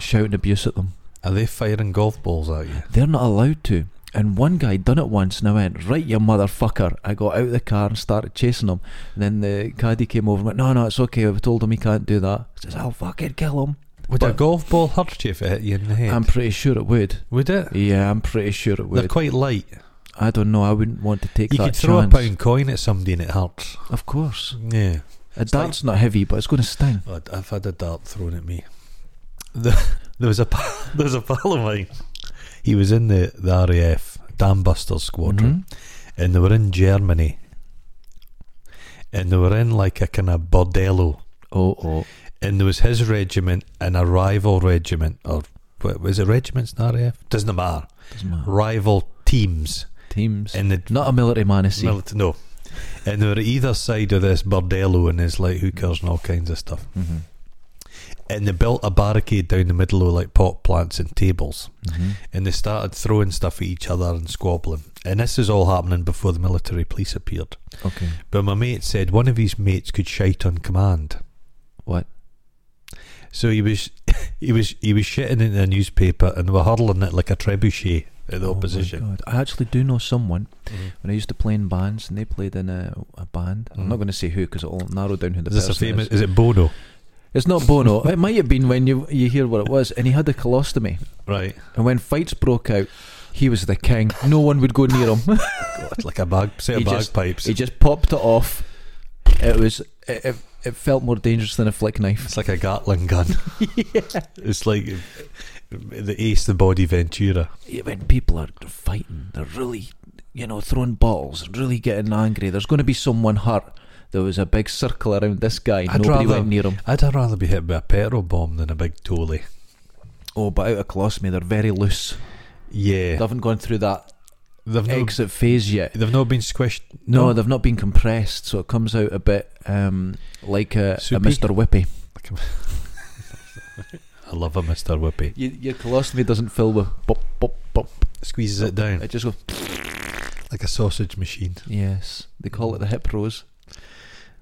Speaker 2: shouting abuse at them.
Speaker 1: Are they firing golf balls at you?
Speaker 2: They're not allowed to. And one guy done it once and I went, Right, you motherfucker. I got out of the car and started chasing him. And then the caddy came over and went, No, no, it's okay. I've told him he can't do that. I says, I'll fucking kill him.
Speaker 1: Would a
Speaker 2: But-
Speaker 1: golf ball hurt you if it hit you in the head?
Speaker 2: I'm pretty sure it would.
Speaker 1: Would it?
Speaker 2: Yeah, I'm pretty sure it
Speaker 1: They're
Speaker 2: would.
Speaker 1: quite light.
Speaker 2: I don't know. I wouldn't want to take
Speaker 1: You
Speaker 2: that
Speaker 1: could throw
Speaker 2: chance.
Speaker 1: a pound coin at somebody and it hurts.
Speaker 2: Of course.
Speaker 1: Yeah.
Speaker 2: A dart's not heavy, but it's going to sting.
Speaker 1: I'd- I've had a dart thrown at me. The, there was a pa- there was a pal of mine. He was in the, the RAF Dam Buster Squadron,
Speaker 2: Mhm.
Speaker 1: and they were in Germany, and they were in like a kind of bordello.
Speaker 2: Oh, oh.
Speaker 1: and there was his regiment and a rival regiment, or what was it regiments in RAF? Doesn't matter.
Speaker 2: Doesn't matter.
Speaker 1: Rival teams,
Speaker 2: Teams.
Speaker 1: and the
Speaker 2: Not a military man, I see.
Speaker 1: milit- no, and they were either side of this bordello, and it's like hookers and all kinds of stuff.
Speaker 2: mm-hmm.
Speaker 1: And they built a barricade down the middle of like pot plants and tables,
Speaker 2: Mm-hmm.
Speaker 1: and they started throwing stuff at each other and squabbling. And this is all happening before the military police appeared.
Speaker 2: Okay.
Speaker 1: But my mate said one of his mates could shite on command.
Speaker 2: What?
Speaker 1: So he was he was he was shitting in the newspaper and they were hurling it like a trebuchet at the
Speaker 2: Oh my
Speaker 1: opposition.
Speaker 2: God. I actually do know someone when I used to play in bands, and they played in a, a band. I'm
Speaker 1: Mm.
Speaker 2: not going to say who because it'll narrow down who the
Speaker 1: Is this a
Speaker 2: person
Speaker 1: famous?
Speaker 2: is.
Speaker 1: Is it Bono?
Speaker 2: It's not Bono. it might have been when you you hear what it was, and he had a colostomy.
Speaker 1: Right,
Speaker 2: And when fights broke out, he was the king. No one would go near him.
Speaker 1: God, like a bag set
Speaker 2: He
Speaker 1: of
Speaker 2: just-
Speaker 1: bagpipes.
Speaker 2: he just popped it off. It was it, it, it felt more dangerous than a flick knife.
Speaker 1: it's like a Gatling gun. It's like the Ace the Body Ventura.
Speaker 2: Yeah, When people are fighting, they're really you know throwing bottles, really getting angry. There's going to be someone hurt. There was a big circle around this guy.
Speaker 1: I'd
Speaker 2: Nobody
Speaker 1: rather-
Speaker 2: went near him.
Speaker 1: I'd rather be hit by a petrol bomb than a big tolly.
Speaker 2: Oh, but out of colostomy, they're very loose. They
Speaker 1: Yeah,
Speaker 2: haven't gone through that
Speaker 1: they've not,
Speaker 2: exit phase yet.
Speaker 1: they've not been squished.
Speaker 2: No, they've not been compressed, so it comes out a bit um, like a, a
Speaker 1: Soupy?
Speaker 2: Mr. Whippy.
Speaker 1: I love a Mister Whippy.
Speaker 2: Your, your colostomy doesn't fill with bop, bop, bop.
Speaker 1: Squeezes it down
Speaker 2: It just goes,
Speaker 1: like a sausage machine.
Speaker 2: yes. They call it the hip rose.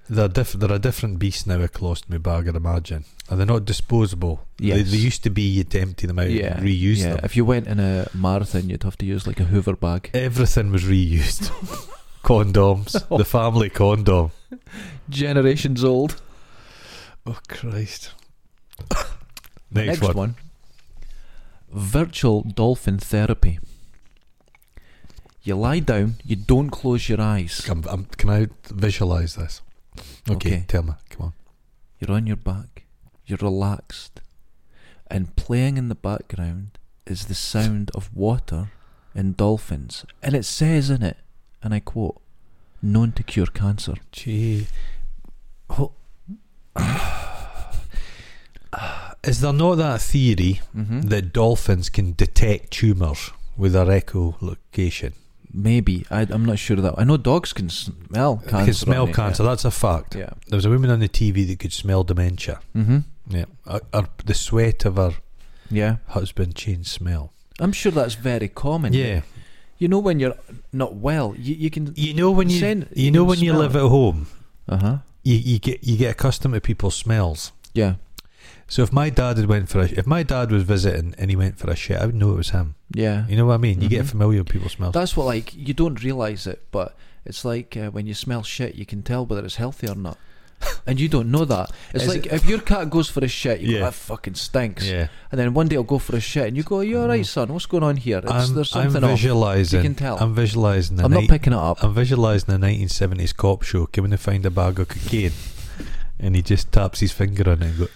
Speaker 1: They're diff- they're a different beast now. A colostomy bag, I'd imagine. Are they not disposable? They,
Speaker 2: Yes.
Speaker 1: they used to be you'd empty them out
Speaker 2: Yeah.
Speaker 1: and reuse
Speaker 2: yeah.
Speaker 1: them.
Speaker 2: If you went in a marathon, you'd have to use like a Hoover bag.
Speaker 1: Everything was reused. Condoms, the family condom.
Speaker 2: Generations old.
Speaker 1: Oh Christ! Next, one.
Speaker 2: Virtual dolphin therapy. You lie down, you don't close your eyes.
Speaker 1: Come- um, can I visualize this? Okay,
Speaker 2: Okay.
Speaker 1: tell me. Come on.
Speaker 2: You're on your back, you're relaxed, and playing in the background is the sound of water and dolphins. And it says in it, and I quote, known to cure cancer.
Speaker 1: Gee. Oh. Is there not that theory
Speaker 2: Mm-hmm.
Speaker 1: that dolphins can detect tumours with their echolocation?
Speaker 2: Maybe I, I'm not sure of that. I know dogs can smell cancer.
Speaker 1: they can smell
Speaker 2: mate,
Speaker 1: cancer, that's a fact.
Speaker 2: Yeah.
Speaker 1: There was a woman on the TV that could smell dementia.
Speaker 2: yeah. hmm
Speaker 1: Yeah. Her, her- the sweat of her
Speaker 2: Yeah.
Speaker 1: husband changed smell.
Speaker 2: I'm sure that's very common.
Speaker 1: Yeah.
Speaker 2: You know when you're not well, you, you can.
Speaker 1: You know when you
Speaker 2: Sen-
Speaker 1: you know
Speaker 2: you
Speaker 1: when you
Speaker 2: smell
Speaker 1: live
Speaker 2: it.
Speaker 1: at home,
Speaker 2: Uh huh.
Speaker 1: you, you get you get accustomed to people's smells.
Speaker 2: Yeah.
Speaker 1: So if my dad had went for a if my dad was visiting and he went for a shit, I would know it was him.
Speaker 2: Yeah.
Speaker 1: You know what I mean? You get
Speaker 2: Mhm.
Speaker 1: familiar with people's smells.
Speaker 2: That's what like you don't realize it, but it's like uh, when you smell shit, you can tell whether it's healthy or not, and you don't know that. It's
Speaker 1: Is
Speaker 2: like if your cat goes for a shit, you
Speaker 1: Yeah.
Speaker 2: go, that fucking stinks,
Speaker 1: yeah, Mm-hmm.
Speaker 2: and then one day it'll go for a shit, and you go, "You're right, son. What's going on here? It's,
Speaker 1: I'm,
Speaker 2: there's
Speaker 1: I'm
Speaker 2: something off."
Speaker 1: visualizing.
Speaker 2: You can tell.
Speaker 1: I'm visualizing. The
Speaker 2: I'm not
Speaker 1: night-
Speaker 2: picking it up.
Speaker 1: I'm visualizing a 1970s cop show coming to find a bag of cocaine, and he just taps his finger on it and go,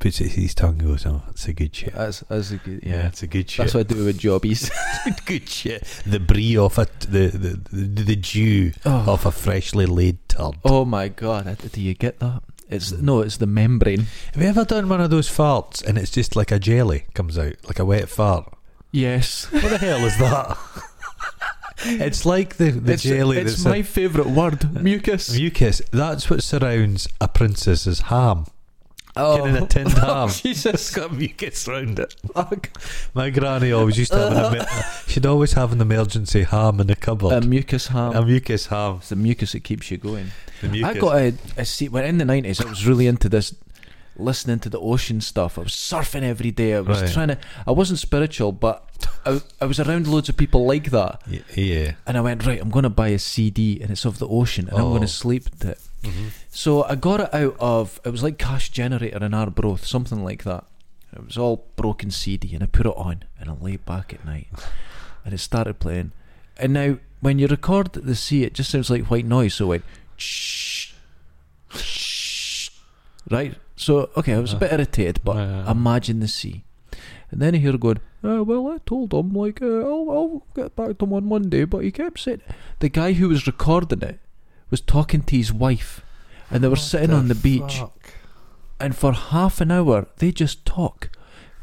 Speaker 1: puts it to his tongue and goes, "Oh, that's a good shit.
Speaker 2: That's, that's a good, yeah.
Speaker 1: it's a good shit.
Speaker 2: That's what I do with jobbies.
Speaker 1: good shit. The brie off a t- the the the, the dew
Speaker 2: Oh.
Speaker 1: off a freshly laid turd.
Speaker 2: oh my god, I- do you get that? It's
Speaker 1: Mm.
Speaker 2: no, it's the membrane.
Speaker 1: Have you ever done one of those farts and it's just like a jelly comes out, like a wet fart?
Speaker 2: Yes,
Speaker 1: What the hell is that? it's like the, the
Speaker 2: it's,
Speaker 1: jelly
Speaker 2: It's
Speaker 1: that's
Speaker 2: my favourite word, mucus.
Speaker 1: in mucus. That's what surrounds a princess's ham.
Speaker 2: oh,
Speaker 1: Getting a tinned ham.
Speaker 2: Jesus,
Speaker 1: got mucus round it.
Speaker 2: fuck.
Speaker 1: My granny always used to have an emer- she'd always have an emergency ham in the cupboard.
Speaker 2: a Uh, mucus ham.
Speaker 1: a mucus ham.
Speaker 2: It's the mucus that keeps you going.
Speaker 1: The mucus.
Speaker 2: Um, I got a, a see when in the nineties I was really into this listening to the ocean stuff. I was surfing every day. I was
Speaker 1: Right.
Speaker 2: trying to I wasn't spiritual but I, I was around loads of people like that.
Speaker 1: Y- yeah.
Speaker 2: And I went, right, I'm gonna buy a CD and it's of the ocean and I'm
Speaker 1: Oh.
Speaker 2: gonna sleep to it.
Speaker 1: Mhm.
Speaker 2: So I got it out of it was like Cash Generator in Arbroath, something like that. It was all broken CD, and I put it on and I lay back at night, and it started playing. And now when you record the sea, it just sounds like white noise. So it went, shh, shh, right. So okay, I was a bit irritated, but
Speaker 1: Uh-huh. Yeah, yeah, yeah.
Speaker 2: imagine the sea. And then I hear going, uh, well, I told him, like, uh, I'll, I'll get back to him on Monday, but he kept saying, the guy who was recording it was talking to his wife, and they were sitting on the beach, and for half an hour, they just talk.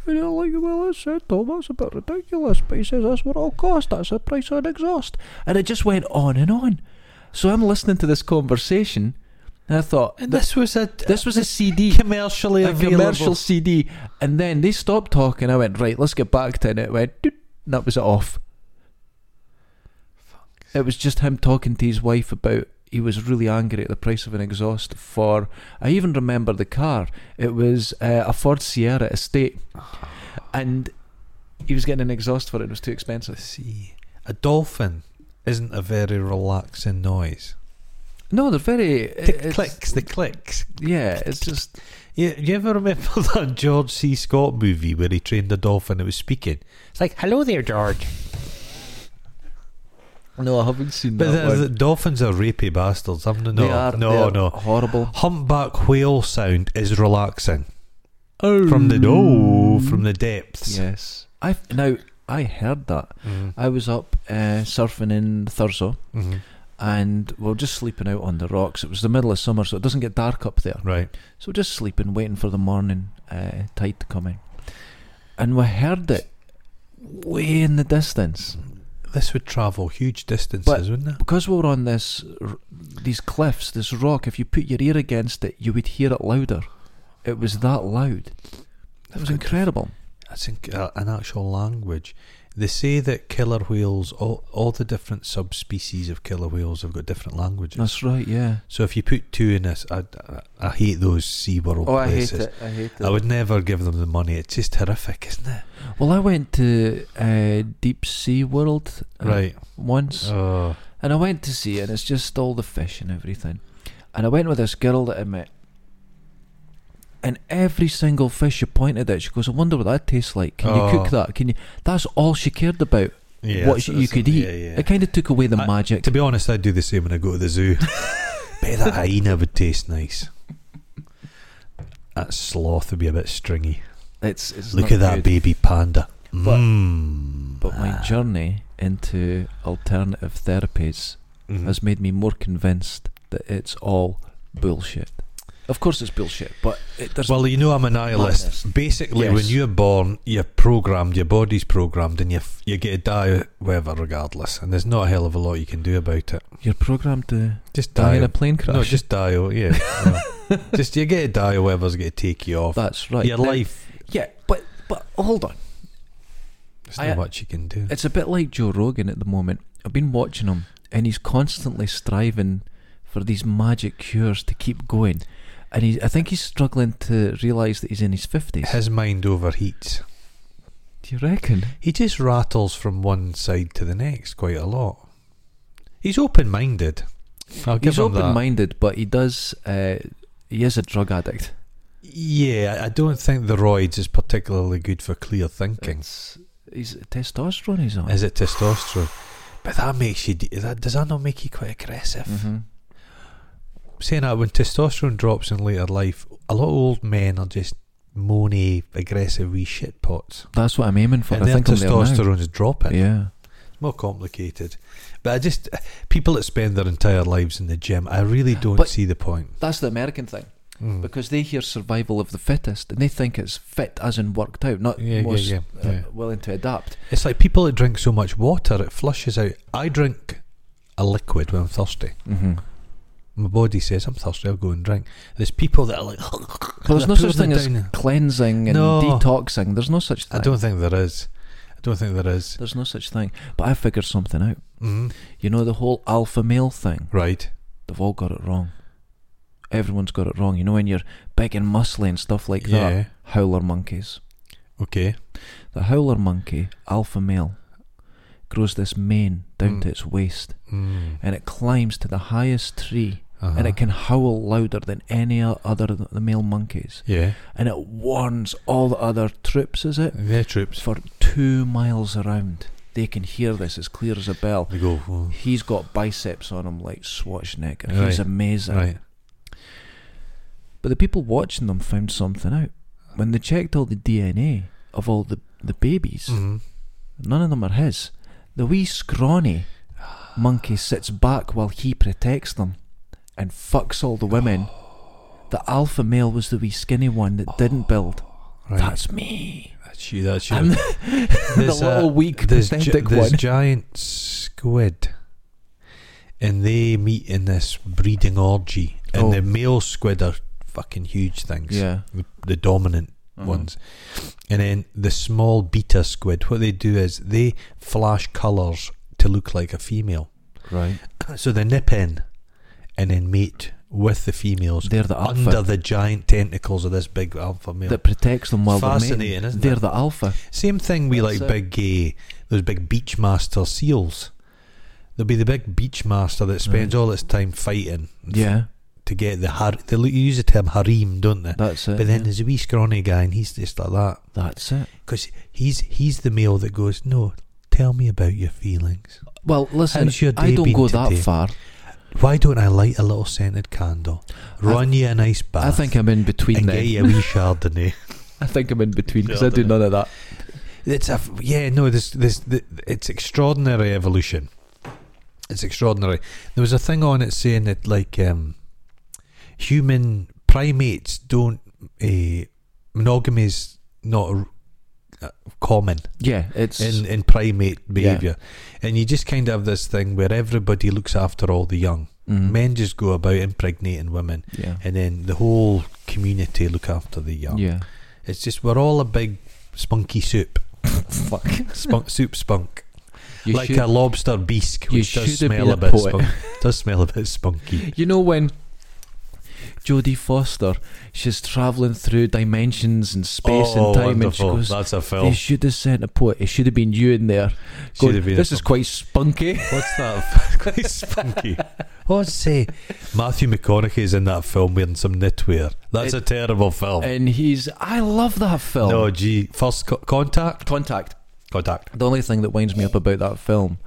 Speaker 2: And they're like, well, I said, Tom, that's a bit ridiculous, but he says that's what it'll cost, that's the price of an exhaust. And it just went on and on. So I'm listening to this conversation, and I thought,
Speaker 1: And
Speaker 2: th-
Speaker 1: this was a
Speaker 2: this was a CD
Speaker 1: commercially
Speaker 2: a
Speaker 1: available.
Speaker 2: commercial CD, and then they stopped talking. I went right, let's get back to it. And it went, doot, and that was it off. It was just him talking to his wife about he was really angry at the price of an exhaust for. I even remember the car. It was uh, a Ford Sierra Estate, and he was getting an exhaust for it. It was too expensive.
Speaker 1: See, a dolphin isn't a very relaxing noise.
Speaker 2: No, they're very uh,
Speaker 1: The
Speaker 2: it's-
Speaker 1: clicks, the clicks.
Speaker 2: Yeah, it's just
Speaker 1: You, you ever remember that George C. Scott movie where he trained the dolphin that was speaking? It's like, hello there, George.
Speaker 2: no. I haven't seen
Speaker 1: But
Speaker 2: that.
Speaker 1: the,
Speaker 2: one.
Speaker 1: the dolphins are rapey bastards. I'm, no,
Speaker 2: they are,
Speaker 1: no,
Speaker 2: they are
Speaker 1: no.
Speaker 2: horrible.
Speaker 1: Humpback whale sound is relaxing
Speaker 2: Oh,
Speaker 1: from the oh,
Speaker 2: Um, Mm.
Speaker 1: from the depths.
Speaker 2: Yes. I now I heard that.
Speaker 1: Mhm.
Speaker 2: I was up uh, surfing in Thurso
Speaker 1: Mhm.
Speaker 2: and we are just sleeping out on the rocks. It was the middle of summer, so it doesn't get dark up there.
Speaker 1: Right.
Speaker 2: So we're just sleeping, waiting for the morning uh, tide to come in. And we heard it way in the distance
Speaker 1: This would travel huge distances,
Speaker 2: But-
Speaker 1: wouldn't it?
Speaker 2: because we were on this r- these cliffs, this rock. If you put your ear against it, you would hear it louder. It was that loud. It was incredible.
Speaker 1: I think uh, an actual language. They say that killer whales, all, all the different subspecies of killer whales have got different languages.
Speaker 2: That's right. Yeah.
Speaker 1: So if you put two in this, I, I, I hate those Sea World
Speaker 2: Oh, I hate
Speaker 1: places.
Speaker 2: it. I hate it.
Speaker 1: I would never give them the money. It's just horrific, isn't it?
Speaker 2: Well, I went to uh, Deep Sea World uh,
Speaker 1: Right.
Speaker 2: once,
Speaker 1: Oh.
Speaker 2: and I went to see it, and it's just all the fish and everything. And I went with this girl that I met, and every single fish she pointed at, she goes, "I wonder what that tastes like. Can you
Speaker 1: Oh.
Speaker 2: cook that? Can you?" That's all she cared about.
Speaker 1: Yeah,
Speaker 2: what
Speaker 1: that's-
Speaker 2: you
Speaker 1: that's-
Speaker 2: could
Speaker 1: yeah,
Speaker 2: eat.
Speaker 1: yeah.
Speaker 2: It kind of took away the
Speaker 1: I-
Speaker 2: magic.
Speaker 1: To be honest, I do the same when I go to the zoo. Bet that hyena would taste nice. That sloth would be a bit stringy.
Speaker 2: It's, it's
Speaker 1: Look
Speaker 2: not
Speaker 1: at that
Speaker 2: good.
Speaker 1: baby panda.
Speaker 2: But-
Speaker 1: Mmm. Ah.
Speaker 2: But my journey into alternative therapies
Speaker 1: Mhm.
Speaker 2: has made me more convinced that it's all bullshit. Of course, it's bullshit, but it, there's
Speaker 1: Well, you know, I'm a nihilist.
Speaker 2: Madness.
Speaker 1: Basically,
Speaker 2: Yes.
Speaker 1: when you're born, you're programmed, your body's programmed, and you f- you get to die whether regardless. And there's not a hell of a lot you can do about it.
Speaker 2: you're programmed to
Speaker 1: Just
Speaker 2: die
Speaker 1: die.
Speaker 2: in a plane crash.
Speaker 1: no, just die. Oh, yeah. No. just you get to die whoever's going to take you off.
Speaker 2: that's right.
Speaker 1: your
Speaker 2: Now-
Speaker 1: life.
Speaker 2: yeah, but but hold on.
Speaker 1: There's
Speaker 2: I-
Speaker 1: not much you can do.
Speaker 2: It's a bit like Joe Rogan at the moment. I've been watching him, and he's constantly striving for these magic cures to keep going. And he, I think he's struggling to realise that he's in his fifties.
Speaker 1: His mind overheats.
Speaker 2: Do you reckon?
Speaker 1: He just rattles from one side to the next quite a lot. He's open-minded. I'll give
Speaker 2: he's
Speaker 1: him that.
Speaker 2: open-minded, but he does. Uh, he is a drug addict.
Speaker 1: Yeah, I- I don't think the roids is particularly good for clear thinking.
Speaker 2: It's, he's testosterone. He's on.
Speaker 1: Is it testosterone? But that makes you. is That, does that not make you quite aggressive?
Speaker 2: hmm
Speaker 1: Saying that when testosterone drops in later life, a lot of old men are just moany, aggressive wee shitpots,
Speaker 2: That's what I'm aiming for.
Speaker 1: and
Speaker 2: I
Speaker 1: their
Speaker 2: think I'm there now.
Speaker 1: testosterone's dropping.
Speaker 2: Yeah.
Speaker 1: More complicated. But I just people that spend their entire lives in the gym, I really don't
Speaker 2: But-
Speaker 1: see the point.
Speaker 2: That's the American thing
Speaker 1: Mm.
Speaker 2: because they hear survival of the fittest and they think it's fit as in worked out, not
Speaker 1: Yeah, yeah,
Speaker 2: most
Speaker 1: yeah, yeah.
Speaker 2: Uh, willing to adapt.
Speaker 1: It's like people that drink so much water, it flushes out. I drink a liquid when I'm thirsty.
Speaker 2: Mm-hmm.
Speaker 1: My body says I'm thirsty. I'll go and drink. There's people that are like,
Speaker 2: Well, there's no
Speaker 1: They're
Speaker 2: such thing
Speaker 1: pouring
Speaker 2: as
Speaker 1: it down.
Speaker 2: cleansing and
Speaker 1: No.
Speaker 2: detoxing. There's no such
Speaker 1: I
Speaker 2: thing.
Speaker 1: don't think there is. I don't think there is.
Speaker 2: There's no such thing. But I figured something out.
Speaker 1: Mm.
Speaker 2: You know the whole alpha male thing.
Speaker 1: Right.
Speaker 2: They've all got it wrong. Everyone's got it wrong. You know when you're big and muscly and stuff like that.
Speaker 1: yeah.
Speaker 2: Howler monkeys.
Speaker 1: Okay.
Speaker 2: The howler monkey, alpha male, grows this mane down
Speaker 1: Mm.
Speaker 2: to its waist,
Speaker 1: Mm.
Speaker 2: and it climbs to the highest tree,
Speaker 1: Uh-huh.
Speaker 2: and it can howl louder than any o- other of the male monkeys,
Speaker 1: yeah.
Speaker 2: and it warns all the other troops. Is it
Speaker 1: Their troops.
Speaker 2: for two miles around? They can hear this as clear as a bell.
Speaker 1: They go. "Oh,
Speaker 2: He's got biceps on him like Schwarzenegger.
Speaker 1: Right.
Speaker 2: He's amazing.
Speaker 1: Right.
Speaker 2: But the people watching them found something out when they checked all the DNA of all the the babies.
Speaker 1: Mm.
Speaker 2: None of them are his. The wee scrawny monkey sits back while he protects them and fucks all the women. The alpha male was the wee skinny one that didn't build.
Speaker 1: Right.
Speaker 2: That's me.
Speaker 1: that's you. That's you.
Speaker 2: I'm the
Speaker 1: There's, uh,
Speaker 2: little weak,
Speaker 1: there's, gi-
Speaker 2: pathetic
Speaker 1: there's
Speaker 2: one.
Speaker 1: giant squid, and they meet in this breeding orgy, and
Speaker 2: Oh.
Speaker 1: the male squid are fucking huge things.
Speaker 2: yeah.
Speaker 1: The, the dominant
Speaker 2: Uh-huh.
Speaker 1: ones. And then the small beta squid, what they do is they flash colours to look like a female.
Speaker 2: Right.
Speaker 1: So they nip in and then mate with the females
Speaker 2: They're the alpha
Speaker 1: under the giant tentacles of this big alpha male.
Speaker 2: that protects them while they're mating.
Speaker 1: Fascinating, isn't
Speaker 2: They're
Speaker 1: it?
Speaker 2: the alpha.
Speaker 1: Same thing we
Speaker 2: That's
Speaker 1: like
Speaker 2: it.
Speaker 1: big eh, those big beachmaster seals. There'll be the big beachmaster that
Speaker 2: Uh-huh.
Speaker 1: spends all its time fighting
Speaker 2: Yeah,
Speaker 1: to get the har- they l- use the term harem, don't they?
Speaker 2: that's it.
Speaker 1: But then
Speaker 2: yeah.
Speaker 1: there's a wee scrawny guy and he's just like that.
Speaker 2: that's it.
Speaker 1: Because he's he's the male that goes, no, tell me about your feelings.
Speaker 2: Well, listen,
Speaker 1: How's your
Speaker 2: I
Speaker 1: day
Speaker 2: don't
Speaker 1: been
Speaker 2: go that
Speaker 1: today?
Speaker 2: far.
Speaker 1: Why don't I light a little scented candle, run you a nice bath,
Speaker 2: I think I'm in between
Speaker 1: and get
Speaker 2: then.
Speaker 1: you a wee chardonnay?
Speaker 2: I think I'm in between because
Speaker 1: Yeah,
Speaker 2: I do
Speaker 1: don't
Speaker 2: none of that.
Speaker 1: It's a f- yeah, no, this this th it's extraordinary evolution. It's extraordinary. There was a thing on it saying that like um, human primates don't uh, monogamy is not a r- uh, common.
Speaker 2: Yeah, it's
Speaker 1: in, in primate behavior. And you just kind of have this thing where everybody looks after all the young.
Speaker 2: mm,
Speaker 1: Men just go about impregnating women,
Speaker 2: Yeah,
Speaker 1: and then the whole community look after the young.
Speaker 2: yeah.
Speaker 1: It's just we're all a big spunky soup,
Speaker 2: Fuck.
Speaker 1: spunk soup spunk,
Speaker 2: You
Speaker 1: like
Speaker 2: should-
Speaker 1: a lobster bisque,
Speaker 2: you
Speaker 1: which does
Speaker 2: should have been
Speaker 1: smell a,
Speaker 2: a
Speaker 1: bit
Speaker 2: poet.
Speaker 1: spunk, does smell a bit spunky.
Speaker 2: You know when Jodie Foster, she's travelling through dimensions and space and time,
Speaker 1: Oh, wonderful!
Speaker 2: and she goes,
Speaker 1: That's a
Speaker 2: "They
Speaker 1: film.
Speaker 2: should have sent a poet. It should have been you in there."
Speaker 1: Should
Speaker 2: Going,
Speaker 1: have been a
Speaker 2: this is
Speaker 1: film.
Speaker 2: quite spunky.
Speaker 1: What's that? Quite spunky. What's say? Matthew McConaughey's in that film wearing some knitwear. That's
Speaker 2: It-
Speaker 1: a terrible film.
Speaker 2: And he's, I love that film.
Speaker 1: Oh. No, gee, first co- contact.
Speaker 2: Contact.
Speaker 1: Contact.
Speaker 2: The only thing that winds me up about that film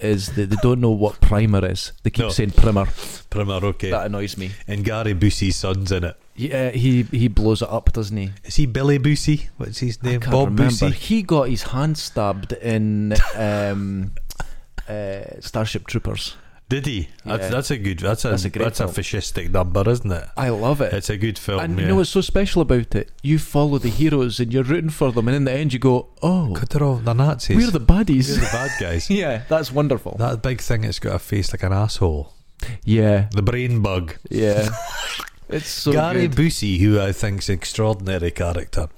Speaker 2: is that they don't know what primer is. They keep
Speaker 1: No.
Speaker 2: saying primer.
Speaker 1: Primer, okay.
Speaker 2: That annoys me.
Speaker 1: and Gary Boosey's son's in it.
Speaker 2: Yeah, he he blows it up, doesn't he?
Speaker 1: Is he Billy Boosey? What's his
Speaker 2: I
Speaker 1: name?
Speaker 2: can't
Speaker 1: Bob
Speaker 2: remember.
Speaker 1: Boosey.
Speaker 2: He got his hand stabbed in um, uh, Starship Troopers.
Speaker 1: Did he? That's,
Speaker 2: Yeah.
Speaker 1: that's a good. That's a that's
Speaker 2: That's
Speaker 1: a,
Speaker 2: a great film.
Speaker 1: fascistic number, isn't it?
Speaker 2: I love it.
Speaker 1: It's a good film.
Speaker 2: and
Speaker 1: yeah.
Speaker 2: you know what's so special about it? You follow the heroes and you're rooting for them, and in the end you go, "Oh,
Speaker 1: God, they're all the Nazis.
Speaker 2: we're the
Speaker 1: We're
Speaker 2: baddies."
Speaker 1: the bad guys.
Speaker 2: yeah, that's wonderful.
Speaker 1: That big thing that's got a face like an asshole.
Speaker 2: yeah,
Speaker 1: The brain bug.
Speaker 2: yeah. it's so
Speaker 1: Gary
Speaker 2: good.
Speaker 1: Busey, who I think's an extraordinary character.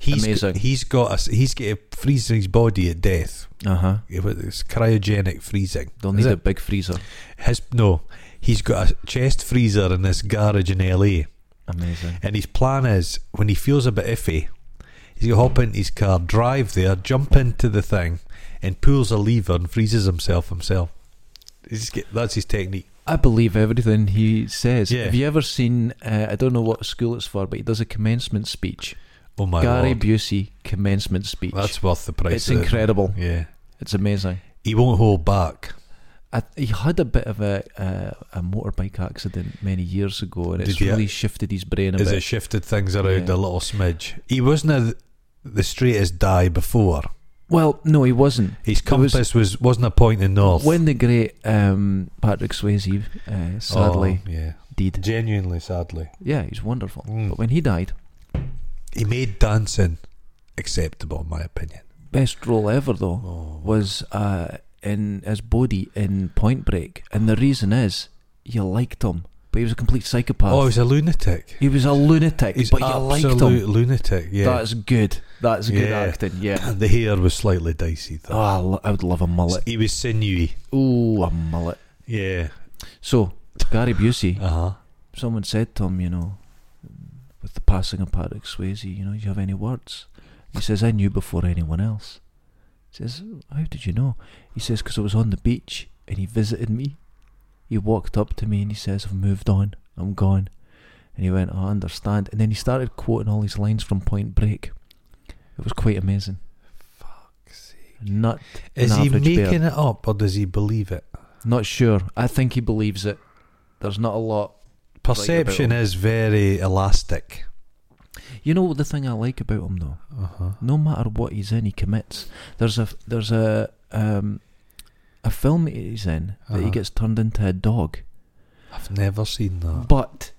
Speaker 1: He's
Speaker 2: Amazing.
Speaker 1: he's got a s- he's got to freeze his body at death.
Speaker 2: Uh huh.
Speaker 1: It was- It's cryogenic freezing.
Speaker 2: They'll
Speaker 1: Is
Speaker 2: need a
Speaker 1: it?
Speaker 2: big freezer.
Speaker 1: His no, he's got a chest freezer in this garage in LA,
Speaker 2: Amazing.
Speaker 1: and his plan is when he feels a bit iffy, he's gonna hop into his car, drive there, jump into the thing, and pulls a lever and freezes himself himself. He's get, that's his technique.
Speaker 2: I believe everything he says.
Speaker 1: Yeah.
Speaker 2: Have you ever seen? Uh, I don't know what school it's for, but he does a commencement speech.
Speaker 1: Oh my
Speaker 2: Gary
Speaker 1: lord,
Speaker 2: Busey commencement speech.
Speaker 1: that's worth the price.
Speaker 2: it's
Speaker 1: of it.
Speaker 2: incredible.
Speaker 1: Yeah,
Speaker 2: It's amazing.
Speaker 1: he won't hold back.
Speaker 2: I, he had a bit of a uh, a motorbike accident many years ago, and
Speaker 1: Did
Speaker 2: it's
Speaker 1: he-
Speaker 2: really shifted his brain a
Speaker 1: Is
Speaker 2: bit.
Speaker 1: it shifted things around
Speaker 2: Yeah.
Speaker 1: a little smidge? He wasn't a, the straightest die before.
Speaker 2: well, no, he wasn't.
Speaker 1: His
Speaker 2: There was-
Speaker 1: compass was, was wasn't a pointing north.
Speaker 2: When the great um, Patrick Swayze uh, sadly
Speaker 1: Oh, yeah.
Speaker 2: did,
Speaker 1: Genuinely, sadly.
Speaker 2: yeah, he's wonderful.
Speaker 1: Mm.
Speaker 2: But when he died,
Speaker 1: He made dancing acceptable, in my opinion.
Speaker 2: best role ever though.
Speaker 1: Oh,
Speaker 2: was uh, in as Bodhi in Point Break, and the reason is you liked him, but he was a complete psychopath.
Speaker 1: oh, he's a lunatic.
Speaker 2: he was a lunatic,
Speaker 1: He's
Speaker 2: Ah. but you liked
Speaker 1: absolute
Speaker 2: him.
Speaker 1: lunatic. Yeah,
Speaker 2: That's good. That's good
Speaker 1: Yeah.
Speaker 2: acting. Yeah.
Speaker 1: the hair was slightly dicey
Speaker 2: Oh,
Speaker 1: though.
Speaker 2: I, lo- I would love a mullet.
Speaker 1: he was sinewy.
Speaker 2: Ooh, a mullet.
Speaker 1: Yeah.
Speaker 2: So Gary Busey,
Speaker 1: Uh huh.
Speaker 2: someone said to him, you know, with the passing of Patrick Swayze, you know, do you have any words? He says, I knew before anyone else. He says, How did you know? He says, Because I was on the beach and he visited me. He walked up to me and he says, I've moved on. I'm gone. And he went, I understand. And then he started quoting all these lines from Point Break. It was quite amazing. Not,
Speaker 1: Is
Speaker 2: An
Speaker 1: he
Speaker 2: average
Speaker 1: making
Speaker 2: bear.
Speaker 1: it up or does he believe it?
Speaker 2: not sure. I think he believes it. There's not a lot.
Speaker 1: Perception is very elastic.
Speaker 2: You know the thing I like about him though.
Speaker 1: Uh huh.
Speaker 2: no matter what he's in, he commits. There's a there's a um, a film that he's in that
Speaker 1: Uh-huh.
Speaker 2: he gets turned into a dog.
Speaker 1: I've never seen that.
Speaker 2: But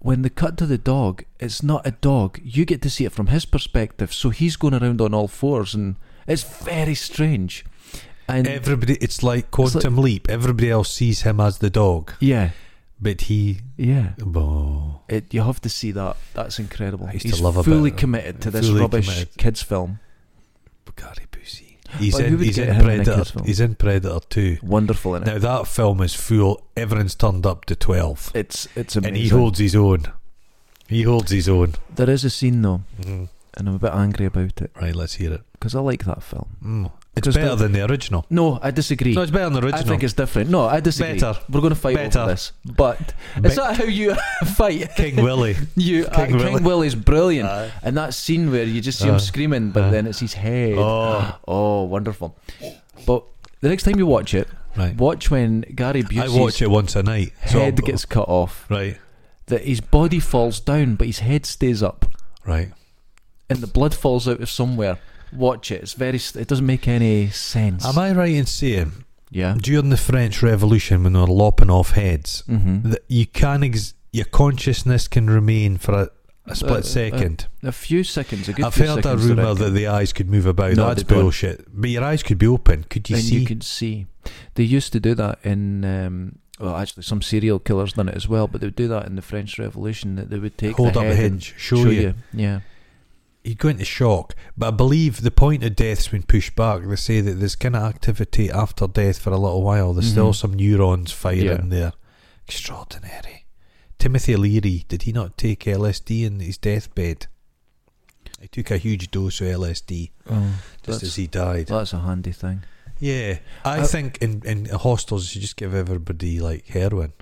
Speaker 2: when they cut to the dog, it's not a dog. You get to see it from his perspective, so he's going around on all fours, and it's very strange. And
Speaker 1: Everybody, it's like Quantum Leap. Everybody else sees him as the dog,
Speaker 2: yeah,
Speaker 1: but he.
Speaker 2: yeah.
Speaker 1: Oh,
Speaker 2: It, you have to see that. That's incredible.
Speaker 1: I used to
Speaker 2: He's
Speaker 1: love a
Speaker 2: fully
Speaker 1: bit-
Speaker 2: committed to this
Speaker 1: fully
Speaker 2: rubbish
Speaker 1: committed.
Speaker 2: kids film.
Speaker 1: Gary Busey. He's
Speaker 2: But who
Speaker 1: in.
Speaker 2: would
Speaker 1: He's
Speaker 2: get
Speaker 1: in
Speaker 2: him in a kids'
Speaker 1: Predator.
Speaker 2: film?
Speaker 1: He's in Predator too.
Speaker 2: Wonderful in it.
Speaker 1: Now that film is full. Everyone's turned up to twelve,
Speaker 2: it's it's amazing.
Speaker 1: and he holds his own. He holds his own.
Speaker 2: there is a scene though, and I'm a bit angry about it.
Speaker 1: Right, let's hear it.
Speaker 2: because I like that film.
Speaker 1: Mm. It's
Speaker 2: 'Cause
Speaker 1: better
Speaker 2: the-
Speaker 1: than the original.
Speaker 2: No, I disagree.
Speaker 1: No, it's better than the
Speaker 2: I
Speaker 1: original.
Speaker 2: think it's different. No, I disagree.
Speaker 1: Better.
Speaker 2: We're going to fight
Speaker 1: Better.
Speaker 2: over this, but
Speaker 1: Be-
Speaker 2: is that how you fight?
Speaker 1: King Willie.
Speaker 2: You, uh,
Speaker 1: King Uh.
Speaker 2: King,
Speaker 1: Willy.
Speaker 2: Willy's brilliant,
Speaker 1: Aye.
Speaker 2: and that scene where you just see
Speaker 1: Aye.
Speaker 2: him screaming, but
Speaker 1: Aye.
Speaker 2: then it's his head.
Speaker 1: Uh. Oh.
Speaker 2: Oh, wonderful! But the next time you watch it,
Speaker 1: Right.
Speaker 2: watch when Gary
Speaker 1: I watch
Speaker 2: Busey's
Speaker 1: it once a night. so
Speaker 2: head
Speaker 1: I'll-
Speaker 2: gets cut off.
Speaker 1: right.
Speaker 2: That his body falls down, but his head stays up,
Speaker 1: Right.
Speaker 2: and the blood falls out of somewhere. Watch it. It's very. It doesn't make any sense.
Speaker 1: Am I right in saying
Speaker 2: Yeah.
Speaker 1: during the French Revolution when they're lopping off heads,
Speaker 2: Mm-hmm.
Speaker 1: that you can ex- your consciousness can remain for a, a split
Speaker 2: Uh, uh,
Speaker 1: second.
Speaker 2: A few seconds. A good
Speaker 1: I've
Speaker 2: few
Speaker 1: heard a
Speaker 2: seconds, I
Speaker 1: rumor that
Speaker 2: reckon.
Speaker 1: the eyes could move about.
Speaker 2: No,
Speaker 1: That's
Speaker 2: they don't.
Speaker 1: bullshit. But your eyes could be open. Could you
Speaker 2: and
Speaker 1: see?
Speaker 2: you could see they used to do that in. Um, well, actually, some serial killers done it as well, but they would do that in the French Revolution. That they would take
Speaker 1: hold
Speaker 2: the
Speaker 1: up a
Speaker 2: head and
Speaker 1: hinge, show, you.
Speaker 2: Yeah,
Speaker 1: You'd go into shock. But I believe the point of death's been pushed back. They say that there's kind of activity after death for a little while. There's still
Speaker 2: Mhm.
Speaker 1: some neurons firing
Speaker 2: Yeah.
Speaker 1: there. Extraordinary. Timothy Leary, did he not take LSD in his deathbed? He took a huge dose of LSD
Speaker 2: oh,
Speaker 1: just
Speaker 2: that's,
Speaker 1: as he died.
Speaker 2: that's a handy thing.
Speaker 1: Yeah, I
Speaker 2: Uh,
Speaker 1: think in in hostels you should just give everybody like heroin.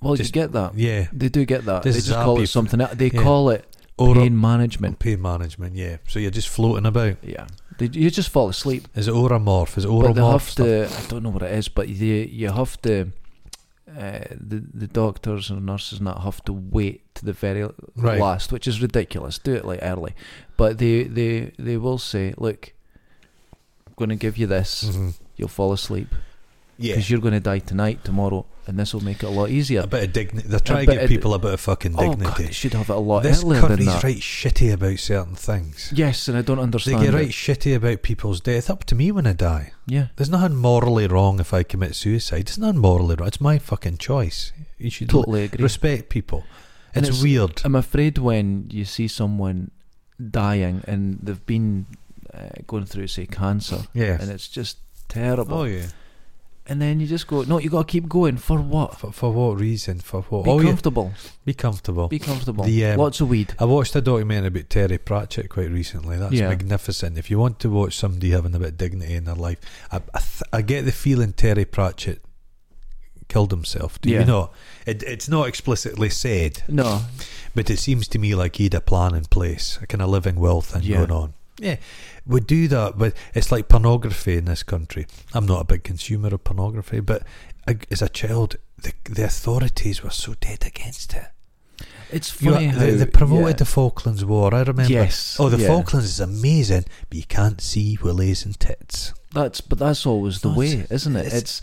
Speaker 2: Well,
Speaker 1: Just-
Speaker 2: you get that.
Speaker 1: Yeah,
Speaker 2: They do get that. They
Speaker 1: This
Speaker 2: just
Speaker 1: is
Speaker 2: call
Speaker 1: happy-
Speaker 2: it something. else. They
Speaker 1: yeah.
Speaker 2: call it
Speaker 1: or pain,
Speaker 2: pain management.
Speaker 1: management. Yeah, so you're just floating about.
Speaker 2: Yeah, they, you just fall asleep.
Speaker 1: Is it oromorph? Is it
Speaker 2: But they
Speaker 1: oromorph?
Speaker 2: have
Speaker 1: stuff?
Speaker 2: to. I don't know what it is, but you you have to. Uh, the the doctors and nurses and that have to wait to the very
Speaker 1: Right.
Speaker 2: last, which is ridiculous. Do it like early, but they they they will say, look, I'm going to give you this.
Speaker 1: Mhm.
Speaker 2: You'll fall asleep.
Speaker 1: Yeah.
Speaker 2: because you're going to die tonight, tomorrow, and this will make it a lot easier.
Speaker 1: A bit of dignity. They're trying to
Speaker 2: bit
Speaker 1: give
Speaker 2: of-
Speaker 1: people a bit of fucking
Speaker 2: oh God,
Speaker 1: dignity.
Speaker 2: it should have it a lot
Speaker 1: this
Speaker 2: earlier
Speaker 1: country's
Speaker 2: than that.
Speaker 1: right shitty about certain things.
Speaker 2: Yes, and I don't
Speaker 1: They
Speaker 2: understand.
Speaker 1: get
Speaker 2: it.
Speaker 1: right shitty about people's death. Up to me when I die.
Speaker 2: Yeah,
Speaker 1: There's nothing morally wrong if I commit suicide. It's not morally wrong. It's my fucking choice. You should l-
Speaker 2: totally agree.
Speaker 1: respect people.
Speaker 2: And
Speaker 1: It's,
Speaker 2: it's-
Speaker 1: weird.
Speaker 2: I'm afraid when you see someone dying and they've been uh, going through, say, cancer,
Speaker 1: yeah.
Speaker 2: and it's just terrible,
Speaker 1: Oh yeah.
Speaker 2: and then you just go, no, you got to keep going for what?
Speaker 1: For, for what reason? For what?
Speaker 2: Be
Speaker 1: oh yeah.
Speaker 2: comfortable.
Speaker 1: Be comfortable.
Speaker 2: Be comfortable.
Speaker 1: The, um,
Speaker 2: Lots of weed.
Speaker 1: I watched a documentary about Terry Pratchett quite recently. That's
Speaker 2: Yeah.
Speaker 1: magnificent. If you want to watch somebody having a bit of dignity in their life, I, I, th- I get the feeling Terry Pratchett killed himself. Do
Speaker 2: Yeah.
Speaker 1: you not? It, it's not explicitly said,
Speaker 2: No,
Speaker 1: but it seems to me like he had a plan in place, a kind of living will thing
Speaker 2: Yeah.
Speaker 1: going on. Yeah, we do that, but it's like pornography in this country. I'm not a big consumer of pornography, but I, as a child, the, the authorities were so dead against it.
Speaker 2: it's
Speaker 1: You
Speaker 2: funny
Speaker 1: know,
Speaker 2: how
Speaker 1: they, they promoted
Speaker 2: yeah.
Speaker 1: the Falklands War. I remember.
Speaker 2: Yes.
Speaker 1: Oh, the
Speaker 2: yeah.
Speaker 1: Falklands is amazing, but you can't see willies and tits.
Speaker 2: That's but that's always the
Speaker 1: That's-
Speaker 2: way, isn't it?
Speaker 1: it's-
Speaker 2: It's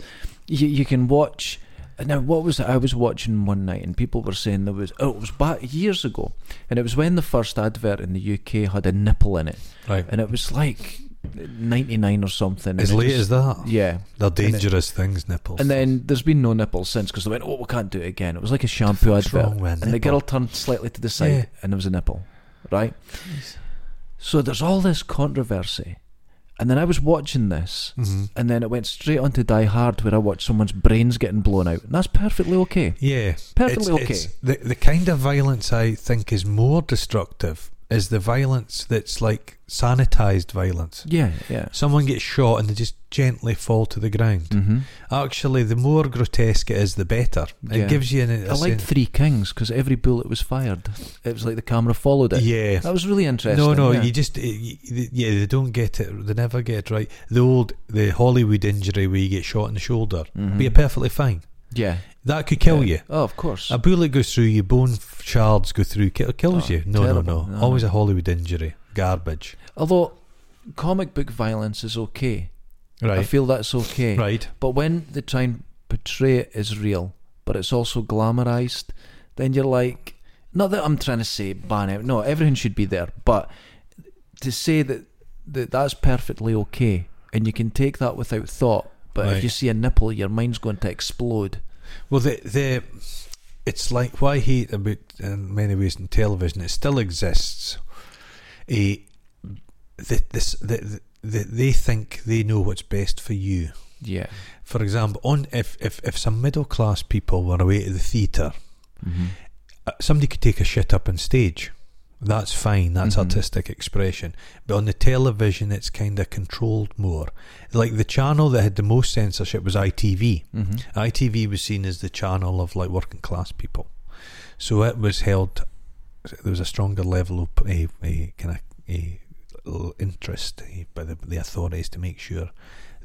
Speaker 2: you, you can watch. Now, what was it? I was watching one night, and people were saying there was. Oh, it was back years ago, and it was when the first advert in the UK had a nipple in it,
Speaker 1: Right.
Speaker 2: and it was like ninety nine or something. and
Speaker 1: As
Speaker 2: it
Speaker 1: late
Speaker 2: just-
Speaker 1: as that,
Speaker 2: yeah,
Speaker 1: they're dangerous things, nipples.
Speaker 2: and then there's been no nipples since because they went, "Oh, we can't do it again." It was like a shampoo
Speaker 1: What's
Speaker 2: advert,
Speaker 1: wrong with a
Speaker 2: and the
Speaker 1: nipple?
Speaker 2: girl turned slightly to the side,
Speaker 1: Yeah.
Speaker 2: and there was a nipple, right? So there's all this controversy, and then I was watching this,
Speaker 1: Mhm.
Speaker 2: and then it went straight on to Die Hard, where I watched someone's brains getting blown out, and that's perfectly okay.
Speaker 1: Yeah.
Speaker 2: Perfectly
Speaker 1: It's-
Speaker 2: okay.
Speaker 1: it's- the, the kind of violence I think is more destructive is the violence that's like sanitized violence.
Speaker 2: yeah, yeah.
Speaker 1: Someone gets shot and they just gently fall to the ground.
Speaker 2: hmm
Speaker 1: Actually, the more grotesque it is, the better. It
Speaker 2: Yeah.
Speaker 1: gives you an. a
Speaker 2: I liked
Speaker 1: sense-
Speaker 2: Three Kings because every bullet was fired. It was like the camera followed it.
Speaker 1: Yeah.
Speaker 2: That was really interesting.
Speaker 1: No, no,
Speaker 2: yeah.
Speaker 1: you just eh, y- y- yeah, they don't get it. They never get it right. The old the Hollywood injury where you get shot in the shoulder,
Speaker 2: Mhm.
Speaker 1: but you're perfectly fine.
Speaker 2: yeah,
Speaker 1: That could kill
Speaker 2: yeah.
Speaker 1: you. Um,
Speaker 2: Oh, of course.
Speaker 1: A bullet goes through you, bone f- shards go through, kill, kills
Speaker 2: Oh,
Speaker 1: you. No, no, no,
Speaker 2: terrible. No,
Speaker 1: Always
Speaker 2: no.
Speaker 1: a Hollywood injury. Garbage.
Speaker 2: Although comic book violence is okay, I
Speaker 1: Right,
Speaker 2: feel that's okay.
Speaker 1: right.
Speaker 2: But when they try and portray it as real, but it's also glamorized, then you're like, not that I'm trying to say ban it. No, everything should be there. But to say that, that that's perfectly okay, and you can take that without thought. But
Speaker 1: Right.
Speaker 2: if you see a nipple, your mind's going to explode.
Speaker 1: Well, the the it's like what I hate about in many ways in television. It still exists. A the, this the, the, they think they know what's best for you.
Speaker 2: Yeah.
Speaker 1: for example, on if, if, if some middle class people were away to the theatre,
Speaker 2: Mm-hmm.
Speaker 1: uh, somebody could take a shit up on stage. That's fine, that's
Speaker 2: Mhm.
Speaker 1: artistic expression. But on the television, it's kind of controlled more. Like the channel that had the most censorship was ITV.
Speaker 2: hmm
Speaker 1: ITV was seen as the channel of like working class people. So it was held, there was a stronger level of eh, a, kind of a eh, interest eh, by the, the authorities to make sure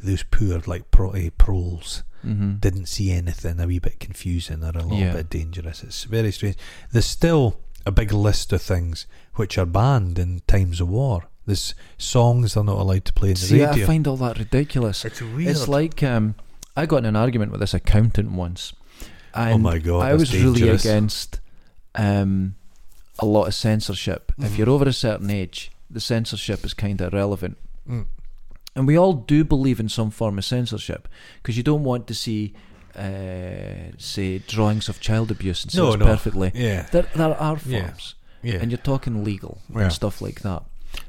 Speaker 1: those poor like pro, eh, proles
Speaker 2: hmm
Speaker 1: didn't see anything a wee bit confusing or a little
Speaker 2: Yeah.
Speaker 1: bit dangerous. It's very strange. There's still a big list of things which are banned in times of war. There's songs they're not allowed to play in the
Speaker 2: See, I
Speaker 1: radio.
Speaker 2: find all that ridiculous.
Speaker 1: it's weird.
Speaker 2: It's like um, I got in an argument with this accountant once. And
Speaker 1: oh my god,
Speaker 2: I
Speaker 1: that's
Speaker 2: was really
Speaker 1: dangerous.
Speaker 2: against um, a lot of censorship. If
Speaker 1: Mhm.
Speaker 2: you're over a certain age, the censorship is kind of irrelevant.
Speaker 1: Mm.
Speaker 2: And we all do believe in some form of censorship because you don't want to see, uh, say, drawings of child abuse and
Speaker 1: No,
Speaker 2: so
Speaker 1: no.
Speaker 2: perfectly.
Speaker 1: Yeah,
Speaker 2: There, there are forms
Speaker 1: Yeah. yeah.
Speaker 2: and you're talking legal
Speaker 1: Yeah.
Speaker 2: and stuff like that.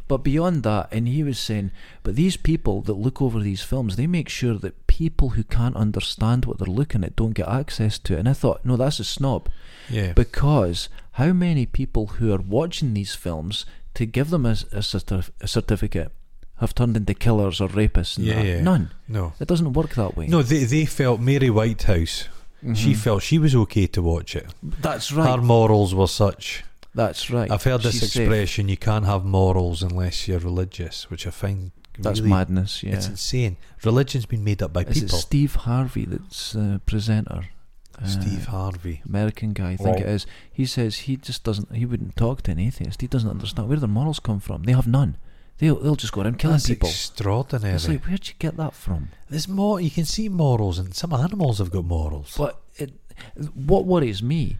Speaker 2: But beyond that, and he was saying, but these people that look over these films, they make sure that people who can't understand what they're looking at don't get access to it. And I thought, no, that's a snob.
Speaker 1: yeah.
Speaker 2: Because how many people who are watching these films to give them a, s- a certif- a certificate have turned into killers or rapists? And
Speaker 1: Yeah,
Speaker 2: that?
Speaker 1: yeah.
Speaker 2: None.
Speaker 1: no.
Speaker 2: It doesn't work that way.
Speaker 1: No, they they felt Mary Whitehouse. She
Speaker 2: Mhm.
Speaker 1: felt she was okay to watch it.
Speaker 2: That's right.
Speaker 1: Her morals were such.
Speaker 2: That's right.
Speaker 1: I've heard this
Speaker 2: She's safe.
Speaker 1: expression: "You can't have morals unless you're religious," which I find
Speaker 2: That's
Speaker 1: really
Speaker 2: madness. Yeah.
Speaker 1: It's insane. Religion's been made up by
Speaker 2: Is it
Speaker 1: people.
Speaker 2: Steve Harvey that's uh, presenter? Uh,
Speaker 1: Steve Harvey.
Speaker 2: American guy, I think it
Speaker 1: Right.
Speaker 2: is. He says he just doesn't. He wouldn't talk to an atheist. He doesn't understand where their morals come from. They have none. They'll they'll just go around killing
Speaker 1: That's
Speaker 2: people.
Speaker 1: extraordinary.
Speaker 2: It's like where'd you get that from?
Speaker 1: There's more. You can see morals, and some animals have got morals.
Speaker 2: But it, what worries me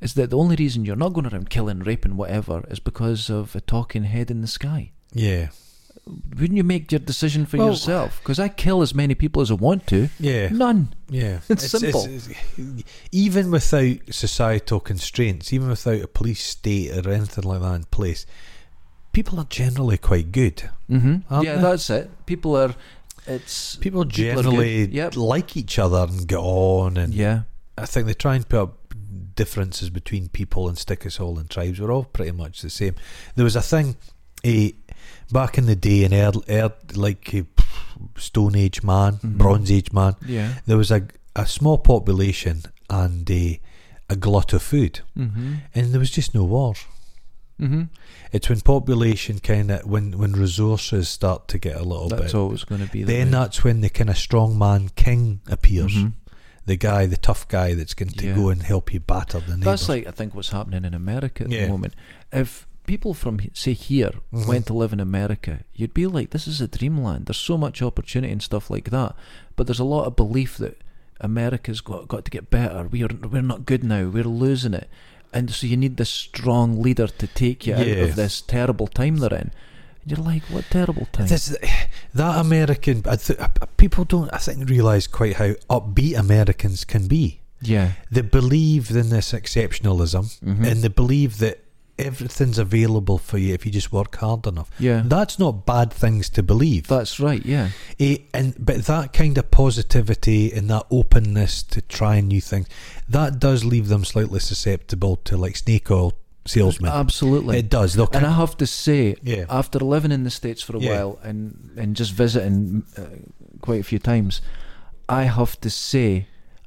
Speaker 2: is that the only reason you're not going around killing, raping, whatever, is because of a talking head in the sky.
Speaker 1: Yeah,
Speaker 2: Wouldn't you make your decision for
Speaker 1: Well-
Speaker 2: yourself? Because I kill as many people as I want to.
Speaker 1: yeah,
Speaker 2: None.
Speaker 1: yeah.
Speaker 2: Mm. It's simple.
Speaker 1: it's- even without societal constraints, even without a police state or anything like that in place, people are generally quite good.
Speaker 2: Mm-hmm.
Speaker 1: Aren't
Speaker 2: Yeah,
Speaker 1: they?
Speaker 2: that's it. People are. It's
Speaker 1: People
Speaker 2: People are
Speaker 1: generally
Speaker 2: good. Yep.
Speaker 1: like each other and get on, and
Speaker 2: yeah.
Speaker 1: I think they try and put up differences between people and stick us all in tribes. We're all pretty much the same. There was a thing eh, back in the day in early, like eh, Stone Age man,
Speaker 2: Mhm.
Speaker 1: Bronze Age man.
Speaker 2: Yeah.
Speaker 1: There was a, a small population and eh, a glut of food,
Speaker 2: Mm-hmm.
Speaker 1: and there was just no war.
Speaker 2: Mm-hmm.
Speaker 1: It's when population kind of when when resources start to get a little
Speaker 2: That's
Speaker 1: bit.
Speaker 2: always going to be the
Speaker 1: Then
Speaker 2: way.
Speaker 1: that's when the kind of strong man king appears.
Speaker 2: Mhm.
Speaker 1: The guy, the tough guy that's going to
Speaker 2: Yeah.
Speaker 1: go and help you batter the neighbours.
Speaker 2: That's like I think what's happening in America at
Speaker 1: Yeah.
Speaker 2: the moment. If people from he- say here
Speaker 1: Mhm.
Speaker 2: went to live in America, you'd be like, "This is a dreamland." There's so much opportunity and stuff like that, but there's a lot of belief that America's got got to get better. We are we're not good now. We're losing it, and so you need this strong leader to take you out
Speaker 1: Yeah.
Speaker 2: of this terrible time they're in. And you're like, "What terrible time?"
Speaker 1: This, that American, I th- people don't, I think, realise quite how upbeat Americans can be.
Speaker 2: yeah,
Speaker 1: They believe in this exceptionalism
Speaker 2: Mhm.
Speaker 1: and they believe that everything's available for you if you just work hard enough.
Speaker 2: yeah,
Speaker 1: That's not bad things to believe.
Speaker 2: that's right. Yeah,
Speaker 1: Eh, and But that kind of positivity and that openness to trying new things, that does leave them slightly susceptible to like snake oil salesmen.
Speaker 2: absolutely.
Speaker 1: it does. They'll
Speaker 2: And
Speaker 1: kind-
Speaker 2: I have to say,
Speaker 1: Yeah.
Speaker 2: after living in the states for a
Speaker 1: Yeah.
Speaker 2: while and and just visiting uh, quite a few times, I have to say,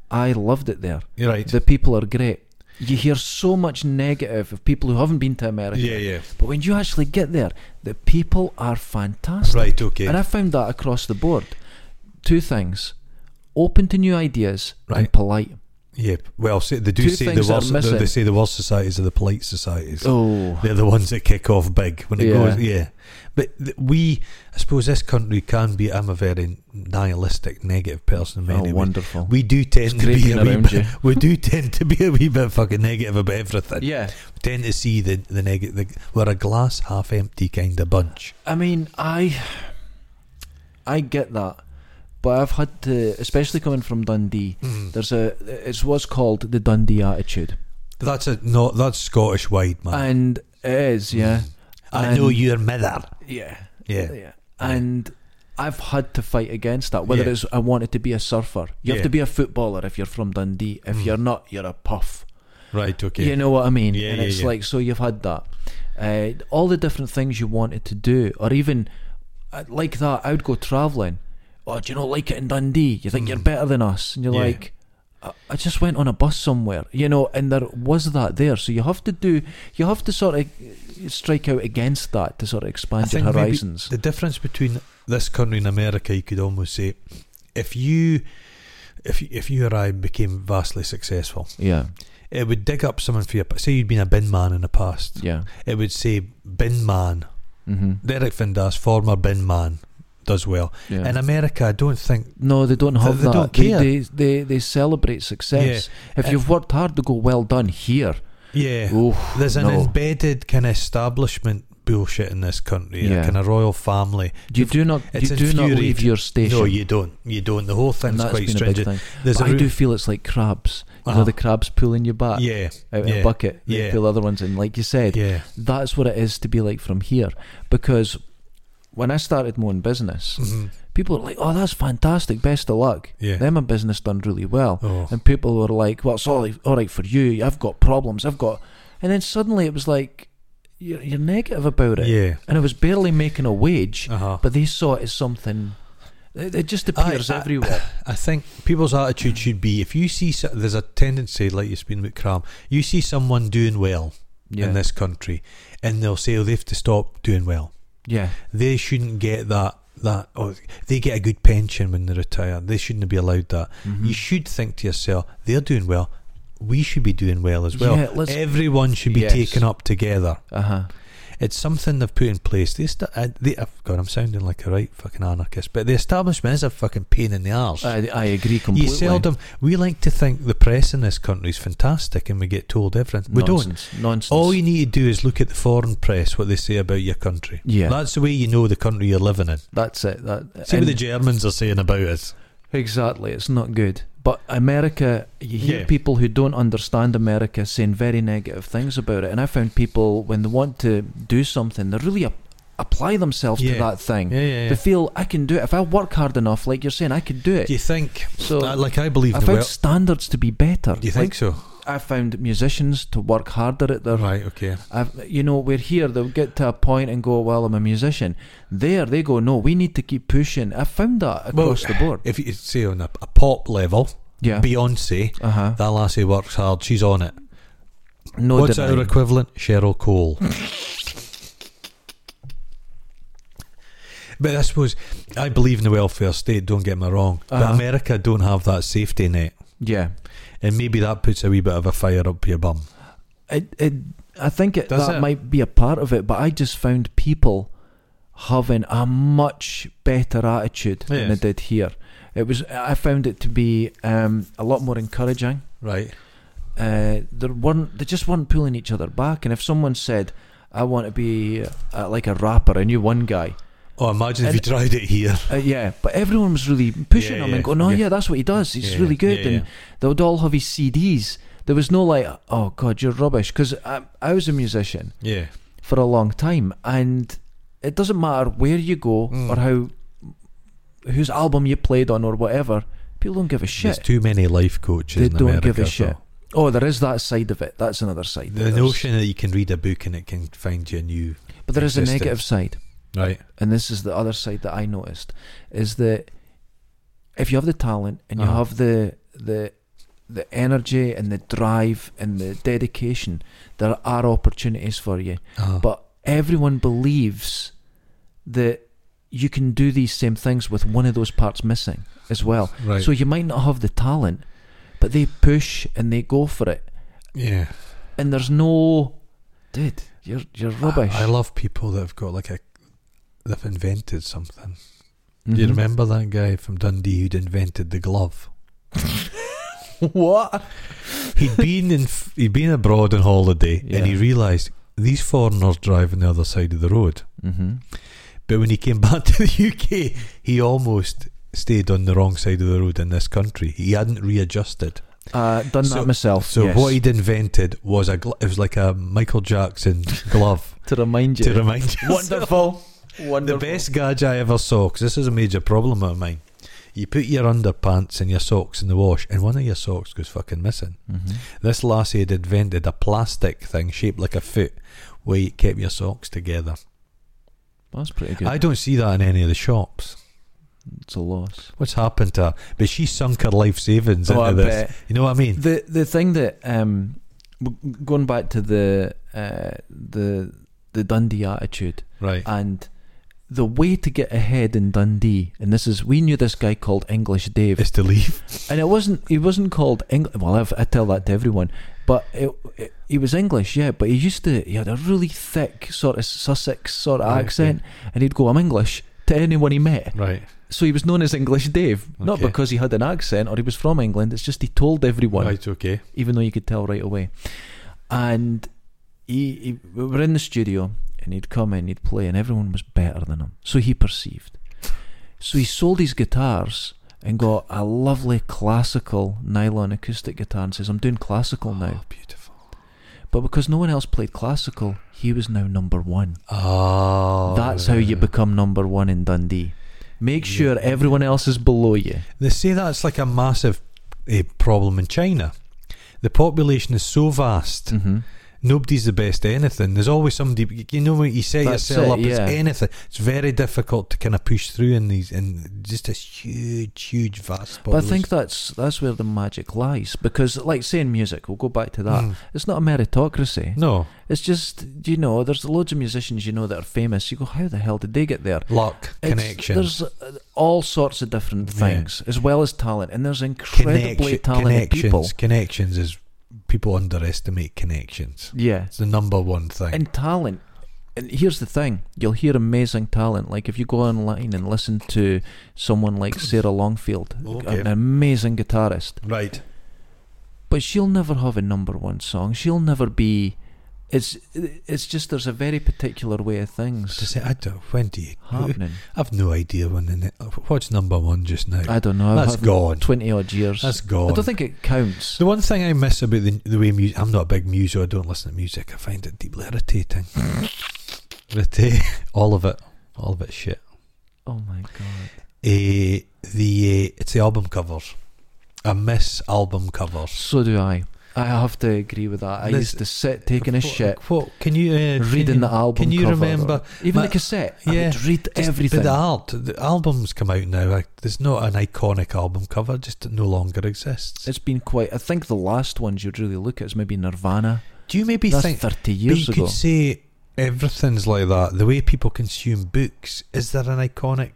Speaker 2: I loved it there.
Speaker 1: you're right.
Speaker 2: The people are great. You hear so much negative of people who haven't been to America,
Speaker 1: yeah, yeah.
Speaker 2: but when you actually get there, the people are fantastic.
Speaker 1: Right, okay.
Speaker 2: And I found that across the board. Two things: open to new ideas
Speaker 1: Right.
Speaker 2: and polite.
Speaker 1: Yeah, well, say, they do
Speaker 2: Two
Speaker 1: say the
Speaker 2: things that are
Speaker 1: worst. They, they
Speaker 2: missing.
Speaker 1: say the worst societies are the polite societies.
Speaker 2: Oh,
Speaker 1: They're the ones that kick off big when it
Speaker 2: Yeah.
Speaker 1: goes. Yeah, but th- we, I suppose, this country can be. I'm a very nihilistic, negative person. In
Speaker 2: oh,
Speaker 1: many ways.
Speaker 2: wonderful.
Speaker 1: We do tend
Speaker 2: It's
Speaker 1: to be
Speaker 2: creeping
Speaker 1: a wee
Speaker 2: around
Speaker 1: bit,
Speaker 2: you.
Speaker 1: We do tend to be a wee bit fucking negative about everything.
Speaker 2: yeah.
Speaker 1: We tend to see the the negative. The, we're a glass half empty kind of bunch.
Speaker 2: I mean, I I get that, but I've had to, especially coming from Dundee.
Speaker 1: Mm-hmm.
Speaker 2: There's a it's what's called the Dundee attitude,
Speaker 1: That's a no. That's Scottish wide man. I,
Speaker 2: and it is yeah,
Speaker 1: know
Speaker 2: and-
Speaker 1: your mother.
Speaker 2: yeah,
Speaker 1: Mm-hmm. Yeah.
Speaker 2: and. I've had to fight against that. Whether
Speaker 1: Yeah.
Speaker 2: it's I wanted to be a surfer, you
Speaker 1: Yeah. Mm.
Speaker 2: have to be a footballer if you're from Dundee. If you're not, you're a puff.
Speaker 1: Right. Okay.
Speaker 2: You know what I mean?
Speaker 1: Yeah,
Speaker 2: and
Speaker 1: yeah,
Speaker 2: it's
Speaker 1: yeah.
Speaker 2: like, so you've had that. Uh, all the different things you wanted to do, or even uh, like that, I would go travelling. Oh, do you not like it in Dundee? You think you're better than us? And you're
Speaker 1: Mm. Yeah.
Speaker 2: like, I, I just went on a bus somewhere, you know, and there was that there. So you have to do, you have to sort of uh, strike out against that to sort of expand your
Speaker 1: maybe
Speaker 2: horizons.
Speaker 1: The difference between this country and America, you could almost say, if you, if you- if you or I became vastly successful,
Speaker 2: yeah,
Speaker 1: it would dig up someone for your. Say you'd been a bin man in the past,
Speaker 2: yeah.
Speaker 1: it would say bin man.
Speaker 2: hmm
Speaker 1: Derek Findas, former bin man, does well.
Speaker 2: yeah.
Speaker 1: In America, I don't think.
Speaker 2: No, they don't
Speaker 1: Th-
Speaker 2: have
Speaker 1: they
Speaker 2: that.
Speaker 1: don't
Speaker 2: They-
Speaker 1: care.
Speaker 2: They, they, they celebrate success. If
Speaker 1: Uh,
Speaker 2: you've worked hard, they go well done here.
Speaker 1: Yeah,
Speaker 2: Oh,
Speaker 1: there's an
Speaker 2: no.
Speaker 1: embedded kind of establishment bullshit in this country, a
Speaker 2: Yeah.
Speaker 1: kind of royal family.
Speaker 2: You do not,
Speaker 1: It's
Speaker 2: you do not leave
Speaker 1: infuriating.
Speaker 2: your station.
Speaker 1: No, you don't. You don't. The whole
Speaker 2: and
Speaker 1: thing's
Speaker 2: that's
Speaker 1: quite
Speaker 2: been a big
Speaker 1: stringent.
Speaker 2: thing.
Speaker 1: There's
Speaker 2: But
Speaker 1: a
Speaker 2: I
Speaker 1: ru-
Speaker 2: do feel it's like crabs. You
Speaker 1: Uh-huh.
Speaker 2: know, the crabs pulling you back
Speaker 1: Yeah,
Speaker 2: out in
Speaker 1: yeah,
Speaker 2: a bucket.
Speaker 1: yeah.
Speaker 2: You feel other ones, and like you said,
Speaker 1: yeah,
Speaker 2: that's what it is to be like from here. Because when I started my own business,
Speaker 1: Mhm.
Speaker 2: people were like, "Oh, that's fantastic! Best of luck."
Speaker 1: yeah.
Speaker 2: Then my business done really well,
Speaker 1: Oh.
Speaker 2: and people were like, "Well, it's all right, all right for you. I've got problems. I've got," and then suddenly it was like, "You're, you're negative about it,"
Speaker 1: Yeah.
Speaker 2: and I was barely making a wage.
Speaker 1: Uh-huh.
Speaker 2: But they saw it as something. It, it just appears
Speaker 1: I-
Speaker 2: everywhere.
Speaker 1: I think people's attitude should be if you see so- there's a tendency, like you're speaking about Cram, you see someone doing well
Speaker 2: Yeah.
Speaker 1: in this country, and they'll say, "Oh, they have to stop doing well.
Speaker 2: yeah.
Speaker 1: They shouldn't get that that. Oh, they get a good pension when they retire. They shouldn't be allowed that."
Speaker 2: Mm-hmm.
Speaker 1: You should think to yourself, "They're doing well. We should be doing well as well.
Speaker 2: Yeah, let's-
Speaker 1: Everyone should be
Speaker 2: Yes.
Speaker 1: taken up together."
Speaker 2: Uh huh.
Speaker 1: It's something they've put in place. They, sta- uh, they uh, God, I'm sounding like a right fucking anarchist, but the establishment is a fucking pain in the arse.
Speaker 2: I, I agree completely.
Speaker 1: You seldom. We like to think the press in this country is fantastic, and we get told everything. We don't.
Speaker 2: nonsense. Nonsense.
Speaker 1: All you need to do is look at the foreign press, what they say about your country.
Speaker 2: Yeah.
Speaker 1: That's the way you know the country you're living in.
Speaker 2: That's it. That,
Speaker 1: See
Speaker 2: and-
Speaker 1: what the Germans are saying about us.
Speaker 2: Exactly, it's not good. But America, you hear
Speaker 1: Yeah.
Speaker 2: people who don't understand America saying very negative things about it. And I found people, when they want to do something, they really ap- apply themselves to
Speaker 1: Yeah.
Speaker 2: that thing.
Speaker 1: Yeah, yeah,
Speaker 2: They
Speaker 1: yeah.
Speaker 2: feel, I can do it. If I work hard enough, like you're saying, I could do it.
Speaker 1: Do you think?
Speaker 2: So-
Speaker 1: uh, like I believe
Speaker 2: I
Speaker 1: in the
Speaker 2: found
Speaker 1: world.
Speaker 2: standards to be better.
Speaker 1: Do you think
Speaker 2: Like,
Speaker 1: so?
Speaker 2: I found musicians to work harder at their
Speaker 1: Right. Okay.
Speaker 2: I've, you know, we're here. They'll get to a point and go, "Well, I'm a musician." There, they go, "No, we need to keep pushing." I found that
Speaker 1: Well,
Speaker 2: across the board.
Speaker 1: If you say on a, a pop level,
Speaker 2: Yeah.
Speaker 1: Beyonce,
Speaker 2: Uh huh.
Speaker 1: that lassie works hard. She's on it.
Speaker 2: No
Speaker 1: What's
Speaker 2: denying.
Speaker 1: our equivalent? Cheryl Cole. but I suppose I believe in the welfare state. Don't get me wrong.
Speaker 2: Uh-huh.
Speaker 1: But America don't have that safety net,
Speaker 2: Yeah.
Speaker 1: and maybe that puts a wee bit of a fire up your bum.
Speaker 2: It, it, I think it,
Speaker 1: Does
Speaker 2: that
Speaker 1: it?
Speaker 2: might be a part of it, but I just found people having a much better attitude than they
Speaker 1: Yes.
Speaker 2: did here. It was I found it to be um, a lot more encouraging.
Speaker 1: Right.
Speaker 2: Uh, there weren't they just weren't pulling each other back. And if someone said, "I want to be uh, like a rapper," I knew one guy.
Speaker 1: Oh, imagine
Speaker 2: And-
Speaker 1: if you tried it here.
Speaker 2: Uh, yeah, but everyone was really pushing
Speaker 1: Yeah,
Speaker 2: him
Speaker 1: yeah,
Speaker 2: and going, "Oh yeah.
Speaker 1: yeah.
Speaker 2: that's what he does. He's
Speaker 1: Yeah,
Speaker 2: really good."
Speaker 1: yeah,
Speaker 2: and
Speaker 1: yeah.
Speaker 2: they would all have his CDs. There was no like, "Oh God, you're rubbish," because I, I was a musician
Speaker 1: Yeah.
Speaker 2: for a long time, and it doesn't matter where you go
Speaker 1: Mm.
Speaker 2: or how whose album you played on or whatever. People don't give
Speaker 1: There's
Speaker 2: a shit.
Speaker 1: too many life coaches.
Speaker 2: They
Speaker 1: in
Speaker 2: don't give a
Speaker 1: America,
Speaker 2: shit.
Speaker 1: though.
Speaker 2: Oh, there is that side of it. That's another side.
Speaker 1: The
Speaker 2: There's-
Speaker 1: notion that you can read a book and it can find you a new
Speaker 2: but there is a
Speaker 1: existence.
Speaker 2: negative side,
Speaker 1: right.
Speaker 2: and this is the other side that I noticed is that if you have the talent and you
Speaker 1: Uh-huh.
Speaker 2: have the the the energy and the drive and the dedication, there are opportunities for you.
Speaker 1: Uh,
Speaker 2: but everyone believes that you can do these same things with one of those parts missing as well.
Speaker 1: right.
Speaker 2: So you might not have the talent, but they push and they go for it.
Speaker 1: yeah.
Speaker 2: And there's no, dude, you're you're rubbish.
Speaker 1: I, I love people that have got like a they've invented something. Do you
Speaker 2: Mhm.
Speaker 1: remember that guy from Dundee who'd invented the glove?
Speaker 2: what?
Speaker 1: He'd been in f- he'd been abroad on holiday and he
Speaker 2: Yeah.
Speaker 1: realised these foreigners drive on the other side of the road.
Speaker 2: Mm-hmm.
Speaker 1: But when he came back to the UK, he almost stayed on the wrong side of the road in this country. He hadn't readjusted.
Speaker 2: Uh, done
Speaker 1: So-
Speaker 2: that myself.
Speaker 1: So
Speaker 2: yes.
Speaker 1: what he'd invented was a glo- it was like a Michael Jackson glove
Speaker 2: to remind you?
Speaker 1: to remind you.
Speaker 2: wonderful, wonderful.
Speaker 1: The best gadget I ever saw, 'cause this is a major problem of mine. You put your underpants and your socks in the wash, and one of your socks goes fucking missing.
Speaker 2: Mhm.
Speaker 1: This lassie had invented a plastic thing shaped like a foot where you kept your socks together.
Speaker 2: That's pretty good.
Speaker 1: I don't see that in any of the shops.
Speaker 2: it's a loss.
Speaker 1: What's happened to her? But she sunk her life savings
Speaker 2: Oh, I
Speaker 1: into this.
Speaker 2: bet.
Speaker 1: You know what I mean?
Speaker 2: the the thing that um w- going back to the uh the the Dundee attitude
Speaker 1: Right.
Speaker 2: and the way to get ahead in Dundee and this is we knew this guy called English Dave
Speaker 1: Is to leave.
Speaker 2: and it wasn't he wasn't called English well I've, I tell that to everyone but it, it, he was English yeah but he used to he had a really thick sort of Sussex sort of
Speaker 1: Right, okay.
Speaker 2: accent and he'd go I'm English to anyone he met
Speaker 1: Right.
Speaker 2: so he was known as English Dave not
Speaker 1: Okay.
Speaker 2: because he had an accent or he was from England it's just he told everyone
Speaker 1: Right, okay.
Speaker 2: even though you could tell right away. And he, he we were in the studio, and he'd come in, he'd play, and everyone was better than him. So he perceived. So he sold his guitars and got a lovely classical nylon acoustic guitar and says, "I'm doing classical now."
Speaker 1: Oh, beautiful.
Speaker 2: But because no one else played classical, he was now number one.
Speaker 1: Oh.
Speaker 2: That's how you become number one in Dundee. Make
Speaker 1: Yeah.
Speaker 2: sure everyone else is below you.
Speaker 1: They say that's like a massive eh, problem in China. The population is so vast,
Speaker 2: Mm-hmm.
Speaker 1: nobody's the best at anything. There's always somebody. You know when you set
Speaker 2: That's
Speaker 1: yourself
Speaker 2: it,
Speaker 1: up as
Speaker 2: yeah.
Speaker 1: anything, it's very difficult to kind of push through in these in just this huge, huge vast.
Speaker 2: But I
Speaker 1: Population.
Speaker 2: think that's that's where the magic lies because, like, saying music, we'll go back to that.
Speaker 1: Mm.
Speaker 2: It's not a meritocracy.
Speaker 1: no
Speaker 2: It's just you know, there's loads of musicians you know that are famous. You go, how the hell did they get there?
Speaker 1: luck,
Speaker 2: It's-
Speaker 1: connection,
Speaker 2: There's uh, all sorts of different
Speaker 1: Yeah.
Speaker 2: things as well as talent, and there's incredibly
Speaker 1: connection,
Speaker 2: talented
Speaker 1: connections.
Speaker 2: people.
Speaker 1: Connections is people underestimate connections.
Speaker 2: Yeah,
Speaker 1: It's the number one thing.
Speaker 2: and talent and here's the thing you'll hear amazing talent like if you go online and listen to someone like sarah longfield
Speaker 1: Okay.
Speaker 2: an amazing guitarist
Speaker 1: Right.
Speaker 2: but she'll never have a number one song she'll never be it's it's just there's a very particular way of
Speaker 1: To
Speaker 2: things
Speaker 1: say, I don't, when do you?
Speaker 2: happening
Speaker 1: I've no idea when the. ne- What's number one just now?
Speaker 2: i don't know
Speaker 1: That's
Speaker 2: I've
Speaker 1: gone.
Speaker 2: 20 odd years
Speaker 1: That's
Speaker 2: i
Speaker 1: gone.
Speaker 2: don't think it counts
Speaker 1: The one thing I miss about the, the way music, I'm not a big muso, I don't listen to music, I find it deeply irritating. Irritating. All of it. All of it shit.
Speaker 2: oh my god
Speaker 1: Eh, the eh, It's the album covers. I miss album covers.
Speaker 2: so do i i have to agree with that i
Speaker 1: This-
Speaker 2: used to sit taking a
Speaker 1: What-
Speaker 2: shit
Speaker 1: What, can you. Uh,
Speaker 2: reading the album
Speaker 1: Can you
Speaker 2: cover,
Speaker 1: remember.
Speaker 2: even
Speaker 1: my-
Speaker 2: the cassette i
Speaker 1: yeah,
Speaker 2: would read
Speaker 1: just
Speaker 2: everything
Speaker 1: The art. The albums come out now. Like, there's not an iconic album cover, it just no longer exists.
Speaker 2: it's been quite i think the last ones you'd really look at is maybe nirvana
Speaker 1: Do you maybe
Speaker 2: that's
Speaker 1: think.
Speaker 2: 30
Speaker 1: But
Speaker 2: years
Speaker 1: you
Speaker 2: ago
Speaker 1: could say everything's like that. The way people consume books, is there an iconic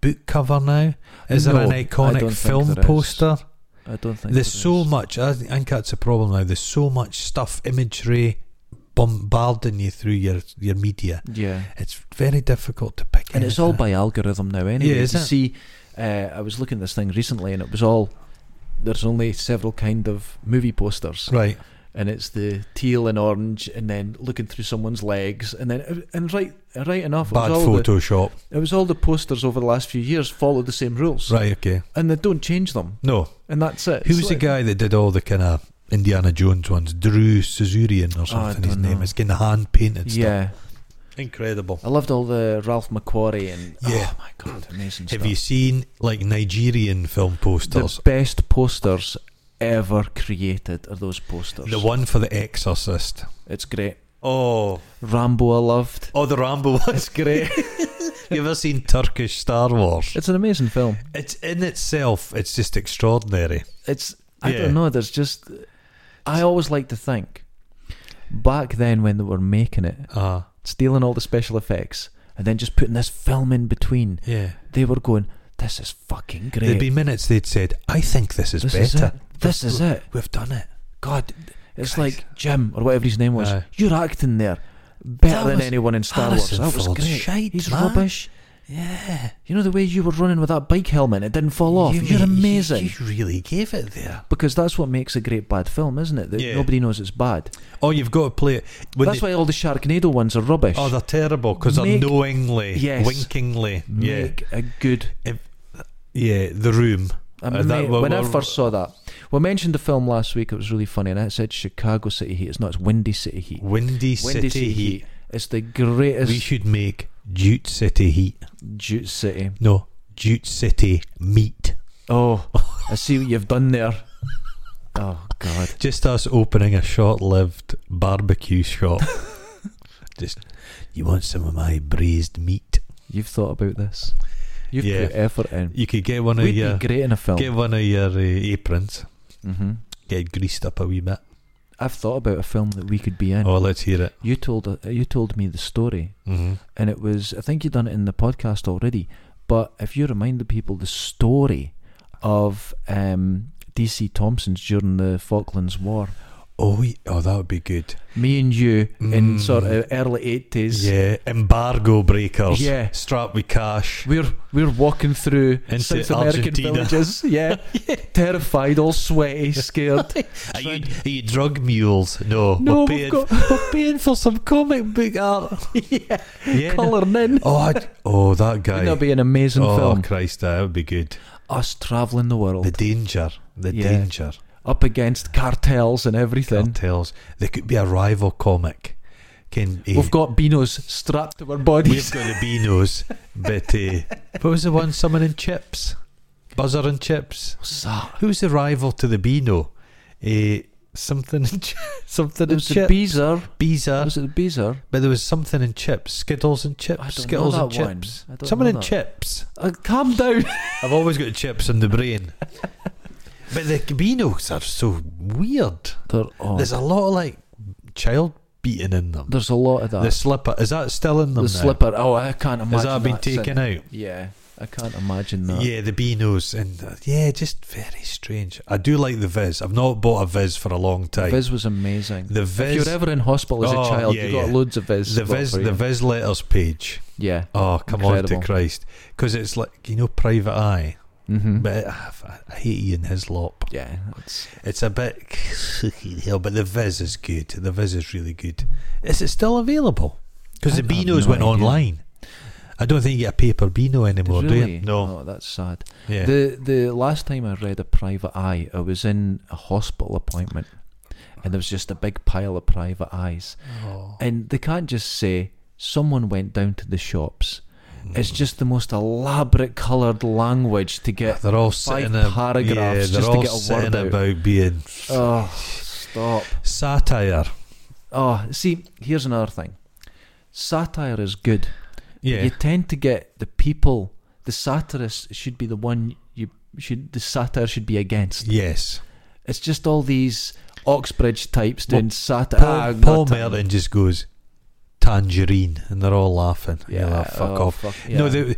Speaker 1: book cover now? Is there
Speaker 2: No,
Speaker 1: an
Speaker 2: I don't
Speaker 1: iconic
Speaker 2: think
Speaker 1: film
Speaker 2: there is.
Speaker 1: poster?
Speaker 2: i don't think
Speaker 1: There's
Speaker 2: there
Speaker 1: so
Speaker 2: is.
Speaker 1: much. I thi- I think that's a problem now. There's so much stuff, imagery bombarding you through your, your media.
Speaker 2: yeah
Speaker 1: It's very difficult to pick.
Speaker 2: And it's all
Speaker 1: anything
Speaker 2: by algorithm now, anyway.
Speaker 1: Yeah, is
Speaker 2: you
Speaker 1: it?
Speaker 2: see, uh, I was looking at this thing recently, and it was all there's only several kind of movie posters,
Speaker 1: up. right.
Speaker 2: and it's the teal and orange, and then looking through someone's legs, and then and right, right enough, it was,
Speaker 1: Bad
Speaker 2: all
Speaker 1: Photoshop.
Speaker 2: The, it was all the posters over the last few years follow the same rules,
Speaker 1: Right. Okay.
Speaker 2: and they don't change them,
Speaker 1: No.
Speaker 2: and that's it.
Speaker 1: Who
Speaker 2: It's
Speaker 1: was the
Speaker 2: like-
Speaker 1: guy that did all the kind of Indiana Jones ones? Drew Suzurian or something. his
Speaker 2: Oh, don't
Speaker 1: name.
Speaker 2: know.
Speaker 1: It's kind of hand painted stuff.
Speaker 2: Yeah,
Speaker 1: Incredible.
Speaker 2: I loved all the Ralph McQuarrie and
Speaker 1: Yeah.
Speaker 2: oh my god, amazing
Speaker 1: Have
Speaker 2: stuff.
Speaker 1: you seen like Nigerian film posters?
Speaker 2: the best posters ever created are those posters.
Speaker 1: The, one for The Exorcist.
Speaker 2: It's great.
Speaker 1: Oh,
Speaker 2: Rambo I loved.
Speaker 1: oh, the Rambo one's great. you ever seen Turkish Star Wars?
Speaker 2: It's an amazing film.
Speaker 1: It's in itself, it's just extraordinary.
Speaker 2: It's I
Speaker 1: Yeah.
Speaker 2: don't know. There's just I always like to think back then when they were making it,
Speaker 1: Uh,
Speaker 2: stealing all the special effects and then just putting this film in between.
Speaker 1: yeah.
Speaker 2: They were going, "This is fucking
Speaker 1: There'd
Speaker 2: great.
Speaker 1: be minutes they'd said, I think this is
Speaker 2: this is
Speaker 1: better.
Speaker 2: it. This is it."
Speaker 1: We've done it. God,
Speaker 2: It's
Speaker 1: Christ.
Speaker 2: like Jim or whatever his name was.
Speaker 1: Aye.
Speaker 2: You're acting there better
Speaker 1: That
Speaker 2: than
Speaker 1: was-
Speaker 2: anyone in Star
Speaker 1: Harrison
Speaker 2: Wars. That was
Speaker 1: Ford's
Speaker 2: great.
Speaker 1: shite,
Speaker 2: He's
Speaker 1: man.
Speaker 2: rubbish.
Speaker 1: yeah.
Speaker 2: You know the way you were running with that bike helmet, it didn't
Speaker 1: Oh,
Speaker 2: fall off. You're
Speaker 1: mean-
Speaker 2: amazing.
Speaker 1: You, you really gave it there.
Speaker 2: because that's what makes a great bad film, isn't it? That
Speaker 1: Yeah.
Speaker 2: nobody knows it's bad.
Speaker 1: Oh, you've got to play it. When
Speaker 2: That's
Speaker 1: they-
Speaker 2: why all the Sharknado ones are rubbish.
Speaker 1: oh, they're terrible because they're
Speaker 2: Make-
Speaker 1: knowingly,
Speaker 2: Yes.
Speaker 1: winkingly. Yeah.
Speaker 2: Make a good.
Speaker 1: Yeah, The Room.
Speaker 2: I
Speaker 1: Uh, that
Speaker 2: ma-
Speaker 1: wa-
Speaker 2: when I
Speaker 1: wa-
Speaker 2: first saw that, we mentioned the film last week. It was really funny, and I said Chicago City Heat. It's not. It's Windy City Heat.
Speaker 1: Windy,
Speaker 2: Windy
Speaker 1: City, Heat.
Speaker 2: It's the
Speaker 1: We
Speaker 2: greatest
Speaker 1: should make Jute City Heat.
Speaker 2: Jute City.
Speaker 1: No, Jute City Meat.
Speaker 2: Oh, I see what you've done there. Oh God.
Speaker 1: Just us opening a short lived barbecue shop. Just, you want some of my braised meat?
Speaker 2: You've thought about this. You've
Speaker 1: Yeah.
Speaker 2: put effort in.
Speaker 1: You could get one of
Speaker 2: We'd
Speaker 1: your.
Speaker 2: be great in a film.
Speaker 1: Get one of your uh, aprons,
Speaker 2: hmm
Speaker 1: get greased up a wee bit.
Speaker 2: I've thought about a film that we could be in.
Speaker 1: Oh, let's hear it.
Speaker 2: You told uh, you told me the story,
Speaker 1: Mm-hmm.
Speaker 2: and it was I think you've done it in the podcast already. But if you remind the people the story of um, DC Thompson's during the Falklands War,
Speaker 1: Oh, y- oh, that would be good.
Speaker 2: me and you in
Speaker 1: Mm.
Speaker 2: sort of early eighties,
Speaker 1: Yeah, embargo breakers.
Speaker 2: Yeah.
Speaker 1: strapped with cash.
Speaker 2: we're we're walking through
Speaker 1: Into
Speaker 2: South American
Speaker 1: Argentina.
Speaker 2: villages, yeah, terrified, all sweaty, scared.
Speaker 1: Are you, are you drug mules? No,
Speaker 2: no,
Speaker 1: we're
Speaker 2: we've
Speaker 1: paying,
Speaker 2: got
Speaker 1: we're paying for some comic book art.
Speaker 2: yeah,
Speaker 1: Yeah, no,
Speaker 2: colouring in.
Speaker 1: Oh, I'd, oh, that guy.
Speaker 2: Wouldn't that be an amazing
Speaker 1: oh,
Speaker 2: film?
Speaker 1: Christ, that would be good.
Speaker 2: Us travelling the world
Speaker 1: The danger, the
Speaker 2: Yeah.
Speaker 1: danger.
Speaker 2: up against cartels and everything.
Speaker 1: Cartels. There could be a rival comic. Can eh,
Speaker 2: We've got beanos strapped to our
Speaker 1: we've
Speaker 2: bodies.
Speaker 1: got the Beanos, but eh, what was the one? Someone in Chips, Buzzer and Chips.
Speaker 2: What's that?
Speaker 1: Who's the rival to the Beano? Eh, something, in Chi- something in
Speaker 2: There's a
Speaker 1: Chips.
Speaker 2: Beezer.
Speaker 1: Beezer,
Speaker 2: Was it the Beezer?
Speaker 1: but there was something in Chips. Skittles and Chips.
Speaker 2: I don't know
Speaker 1: Skittles and
Speaker 2: that one.
Speaker 1: Chips.
Speaker 2: I don't
Speaker 1: Someone
Speaker 2: know
Speaker 1: in
Speaker 2: that.
Speaker 1: Chips.
Speaker 2: Uh, calm down.
Speaker 1: I've always got chips in the brain. but the Cabinos are so weird.
Speaker 2: There, oh,
Speaker 1: There's
Speaker 2: there's,
Speaker 1: a lot of like child beating in them.
Speaker 2: a lot of that.
Speaker 1: The slipper is that still in
Speaker 2: the
Speaker 1: them? now?
Speaker 2: slipper. Oh, I can't imagine.
Speaker 1: Has that been
Speaker 2: that's in-
Speaker 1: taken out?
Speaker 2: Yeah. I I can't imagine that.
Speaker 1: Yeah, the Beanos and uh, yeah, just very strange. I do like the Viz. I've not bought a Viz for a long time.
Speaker 2: Viz was amazing.
Speaker 1: the Viz,
Speaker 2: if you're ever in hospital as a
Speaker 1: Oh,
Speaker 2: child,
Speaker 1: yeah,
Speaker 2: you got
Speaker 1: yeah.
Speaker 2: loads of Viz.
Speaker 1: the
Speaker 2: bought
Speaker 1: Viz,
Speaker 2: for
Speaker 1: the
Speaker 2: you.
Speaker 1: Viz letters page.
Speaker 2: Yeah.
Speaker 1: Oh, come on
Speaker 2: Incredible.
Speaker 1: to Christ, because it's like you know, Private Eye,
Speaker 2: Mm-hmm.
Speaker 1: but I, I hate Ian Hislop.
Speaker 2: yeah. It's,
Speaker 1: It's a bit hell, but the Viz is good. The Viz is really good. Is it still available? Because
Speaker 2: I
Speaker 1: the
Speaker 2: have
Speaker 1: Beanos
Speaker 2: no
Speaker 1: went
Speaker 2: idea.
Speaker 1: online. I don't think you get a paper Beano anymore, do
Speaker 2: really?
Speaker 1: you? No.
Speaker 2: Oh, that's sad.
Speaker 1: Yeah.
Speaker 2: The the last time I read a private eye, I was in a hospital appointment, and there was just a big pile of private eyes,
Speaker 1: Oh.
Speaker 2: and they can't just say someone went down to the shops. It's
Speaker 1: Mm.
Speaker 2: just the most elaborate coloured language to get.
Speaker 1: They're all
Speaker 2: five
Speaker 1: sitting ab-
Speaker 2: paragraphs
Speaker 1: yeah,
Speaker 2: just
Speaker 1: they're
Speaker 2: to
Speaker 1: all
Speaker 2: get a word
Speaker 1: sitting
Speaker 2: out.
Speaker 1: about being
Speaker 2: Oh, stop!
Speaker 1: satire.
Speaker 2: Oh, see, here's another thing. Satire is good.
Speaker 1: Yeah,
Speaker 2: You tend to get the people. The satirist should be the one you should. The satire should be against.
Speaker 1: yes.
Speaker 2: It's just all these Oxbridge types
Speaker 1: Well,
Speaker 2: doing ah, satire.
Speaker 1: Paul, Paul
Speaker 2: uh,
Speaker 1: Merton just goes tangerine, and they're all laughing. Yeah, fuck
Speaker 2: oh,
Speaker 1: off. No, the,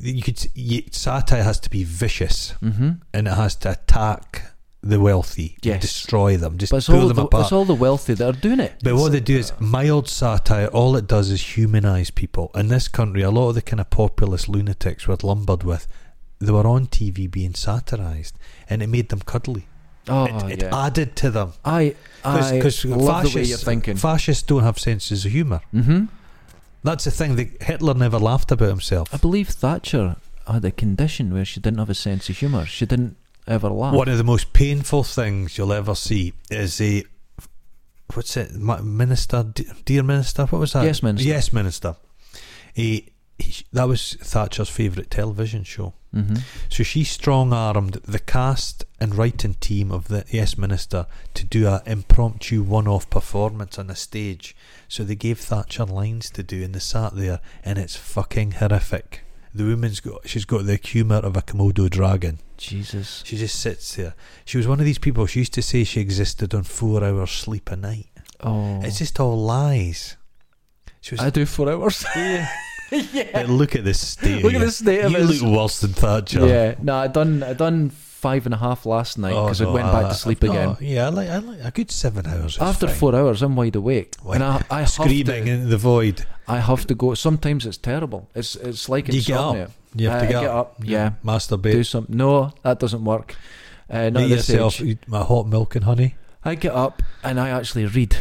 Speaker 1: you could s- you, satire has to be vicious,
Speaker 2: hmm
Speaker 1: and it has to attack the wealthy, and
Speaker 2: Yes.
Speaker 1: destroy them, just
Speaker 2: But it's
Speaker 1: pull
Speaker 2: all,
Speaker 1: them
Speaker 2: the,
Speaker 1: apart.
Speaker 2: it's all the wealthy that are doing it.
Speaker 1: But what they do is mild satire. All it does is humanise people. In this country, a lot of the kind of populist lunatics we're lumbered with, they were on TV being satirised, and it made them cuddly.
Speaker 2: oh,
Speaker 1: it it
Speaker 2: yeah.
Speaker 1: added to them
Speaker 2: I, I love the way you're thinking.
Speaker 1: fascists don't have senses of humour.
Speaker 2: hmm
Speaker 1: That's the thing. That Hitler never laughed about himself.
Speaker 2: I believe Thatcher had a condition where she didn't have a sense of humour. She didn't ever laugh.
Speaker 1: One of the most painful things you'll ever see is a what's it, Ma- minister, D- dear minister, what was that?
Speaker 2: Yes, Minister.
Speaker 1: Yes, minister. He, he, that was Thatcher's favourite television show.
Speaker 2: hmm
Speaker 1: So she strong armed the cast and writing team of the Yes Minister to do an impromptu one off performance on a stage. So they gave Thatcher lines to do and they sat there and it's fucking horrific. The woman's got she's got the humour of a Komodo dragon.
Speaker 2: Jesus.
Speaker 1: She just sits there. She was one of these people she used to say she existed on four hours sleep a night.
Speaker 2: Oh.
Speaker 1: It's just all lies. She was
Speaker 2: I do four hours.
Speaker 1: yeah. But look at this state.
Speaker 2: Look at the state of
Speaker 1: You
Speaker 2: it.
Speaker 1: look worse than Thatcher.
Speaker 2: Yeah. No, I done I done five and a half last night
Speaker 1: Oh,
Speaker 2: because
Speaker 1: no,
Speaker 2: I went
Speaker 1: I-
Speaker 2: back to sleep
Speaker 1: no,
Speaker 2: again.
Speaker 1: Yeah, I like, I like a good seven hours. is
Speaker 2: After
Speaker 1: fine.
Speaker 2: four hours, I'm wide awake,
Speaker 1: Why-
Speaker 2: and I, I have
Speaker 1: screaming
Speaker 2: to,
Speaker 1: into the void,
Speaker 2: I have to go. Sometimes it's terrible. It's it's like
Speaker 1: You get
Speaker 2: insomnia.
Speaker 1: up. you have
Speaker 2: I
Speaker 1: to get,
Speaker 2: get up, yeah. Do
Speaker 1: masturbate,
Speaker 2: some. No, that doesn't work. Uh, not
Speaker 1: make
Speaker 2: at this
Speaker 1: yourself
Speaker 2: age.
Speaker 1: eat my hot milk and honey. Oh,
Speaker 2: I get up and I actually read,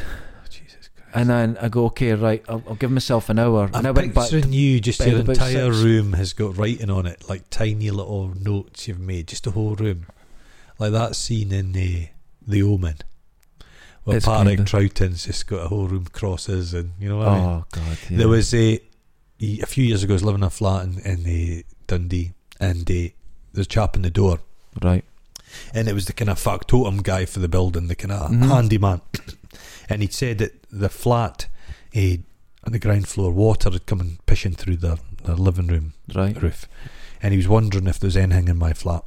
Speaker 1: Jesus Christ!
Speaker 2: and then I go, okay, right, I'll, I'll give myself an hour, and I
Speaker 1: I'm
Speaker 2: went back.
Speaker 1: picturing you, just
Speaker 2: bed
Speaker 1: your
Speaker 2: about
Speaker 1: entire
Speaker 2: six.
Speaker 1: room has got writing on it, like tiny little notes you've made, just the whole room, like that scene in the The Omen, where
Speaker 2: It's
Speaker 1: Patrick
Speaker 2: kinda-
Speaker 1: Troughton's just got a whole room crosses, and you know what I mean.
Speaker 2: oh God! Yeah.
Speaker 1: There was a a few years ago. I was living in a flat in, in uh, Dundee, and uh, there's a chap in the door,
Speaker 2: right.
Speaker 1: and it was the kind of factotum guy for the building, the kind of
Speaker 2: Mhm.
Speaker 1: handyman, and he'd said that the flat eh, on the ground floor water had come and pishing through their, their living room
Speaker 2: Right.
Speaker 1: roof, and he was wondering if there was anything in my flat,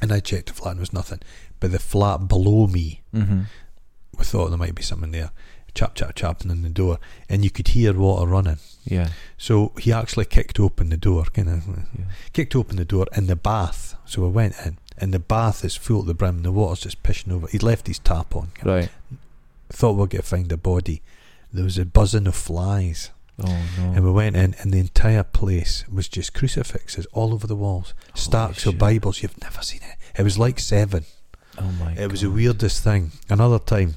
Speaker 1: and I checked the flat and there was nothing, but the flat below me
Speaker 2: Mm-hmm.
Speaker 1: we thought there might be something there, chap chap chapping in the door, and you could hear water running.
Speaker 2: Yeah.
Speaker 1: So he actually kicked open the door, kind of
Speaker 2: Yeah.
Speaker 1: kicked open the door in the bath. So we went in, and the bath is full to the brim. The water's just pishing over. He'd left his tap on.
Speaker 2: Right.
Speaker 1: Thought we're going to find a body. There was a buzzing of flies,
Speaker 2: Oh
Speaker 1: and
Speaker 2: no.
Speaker 1: we went in, and the entire place was just crucifixes all over the walls, stacks
Speaker 2: shit.
Speaker 1: of Bibles. You've never seen it. It was like seven.
Speaker 2: Oh my.
Speaker 1: It was the
Speaker 2: God.
Speaker 1: weirdest thing. Another time,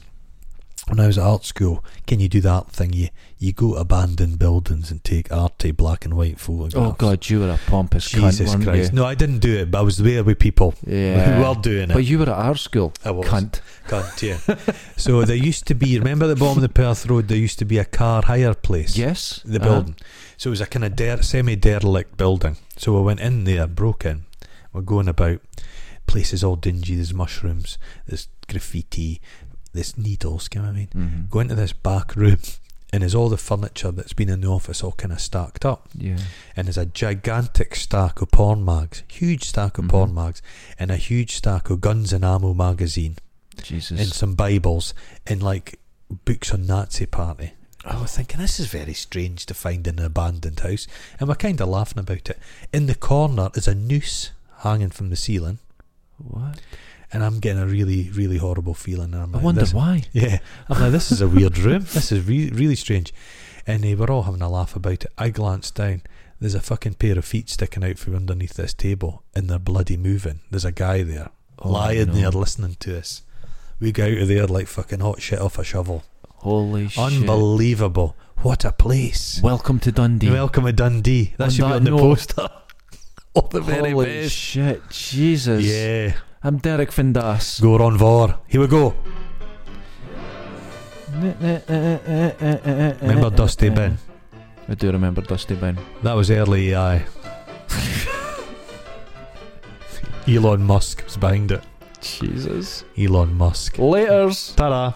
Speaker 1: when I was at art school, can you do that thing? You you go to abandoned buildings and take arty black and white photographs.
Speaker 2: Oh God! You were a pompous cunt,
Speaker 1: Jesus
Speaker 2: weren't
Speaker 1: Christ!
Speaker 2: you?
Speaker 1: No, I didn't do it, but I was there with people
Speaker 2: Yeah.
Speaker 1: who were doing it.
Speaker 2: but you were at our school,
Speaker 1: I was
Speaker 2: cunt.
Speaker 1: cunt, yeah. so there used to be. Remember the bottom of the Perth Road? There used to be a car hire place.
Speaker 2: Yes.
Speaker 1: The
Speaker 2: uh-huh.
Speaker 1: building. So it was a kind of der- semi derelict building. So we went in there, broke in. We're going about. Place is all dingy. There's mushrooms. There's graffiti. There's needles. Can I mean?
Speaker 2: Mhm.
Speaker 1: go into this back room and there's all the furniture that's been in the office all kind of stacked up
Speaker 2: Yeah.
Speaker 1: and there's a gigantic stack of porn mags huge stack of
Speaker 2: Mhm.
Speaker 1: porn mags and a huge stack of guns and ammo magazine
Speaker 2: Jesus.
Speaker 1: and some bibles and like books on nazi party I was Oh, thinking this is very strange to find in an abandoned house, and we're kind of laughing about it. In the corner is a noose hanging from the ceiling,
Speaker 2: What?
Speaker 1: and I'm getting a really, really horrible feeling. And I'm
Speaker 2: I
Speaker 1: like,
Speaker 2: wonder
Speaker 1: this,
Speaker 2: why.
Speaker 1: Yeah, I'm like, this is a weird room. This is re- really strange. And uh, we're all having a laugh about it. I glanced down. There's a fucking pair of feet sticking out from underneath this table, and they're bloody moving. There's a guy there
Speaker 2: Oh,
Speaker 1: lying
Speaker 2: no.
Speaker 1: there listening to us. We go out of there like fucking hot shit off a shovel.
Speaker 2: Holy shit.
Speaker 1: Unbelievable! What a place.
Speaker 2: Welcome to Dundee.
Speaker 1: Welcome to Dundee. That
Speaker 2: On
Speaker 1: should be
Speaker 2: that
Speaker 1: on the
Speaker 2: note-
Speaker 1: poster. All the very
Speaker 2: Holy
Speaker 1: best.
Speaker 2: shit. Jesus.
Speaker 1: yeah.
Speaker 2: I'm Derek Findas.
Speaker 1: Go on, Vor. Here we go. Remember
Speaker 2: e, Remember
Speaker 1: Dusty Ben?
Speaker 2: e, I do remember Dusty Ben.
Speaker 1: That was early AI. Elon Musk was behind it.
Speaker 2: Jesus.
Speaker 1: Elon Musk.
Speaker 2: Laters.
Speaker 1: Ta-da.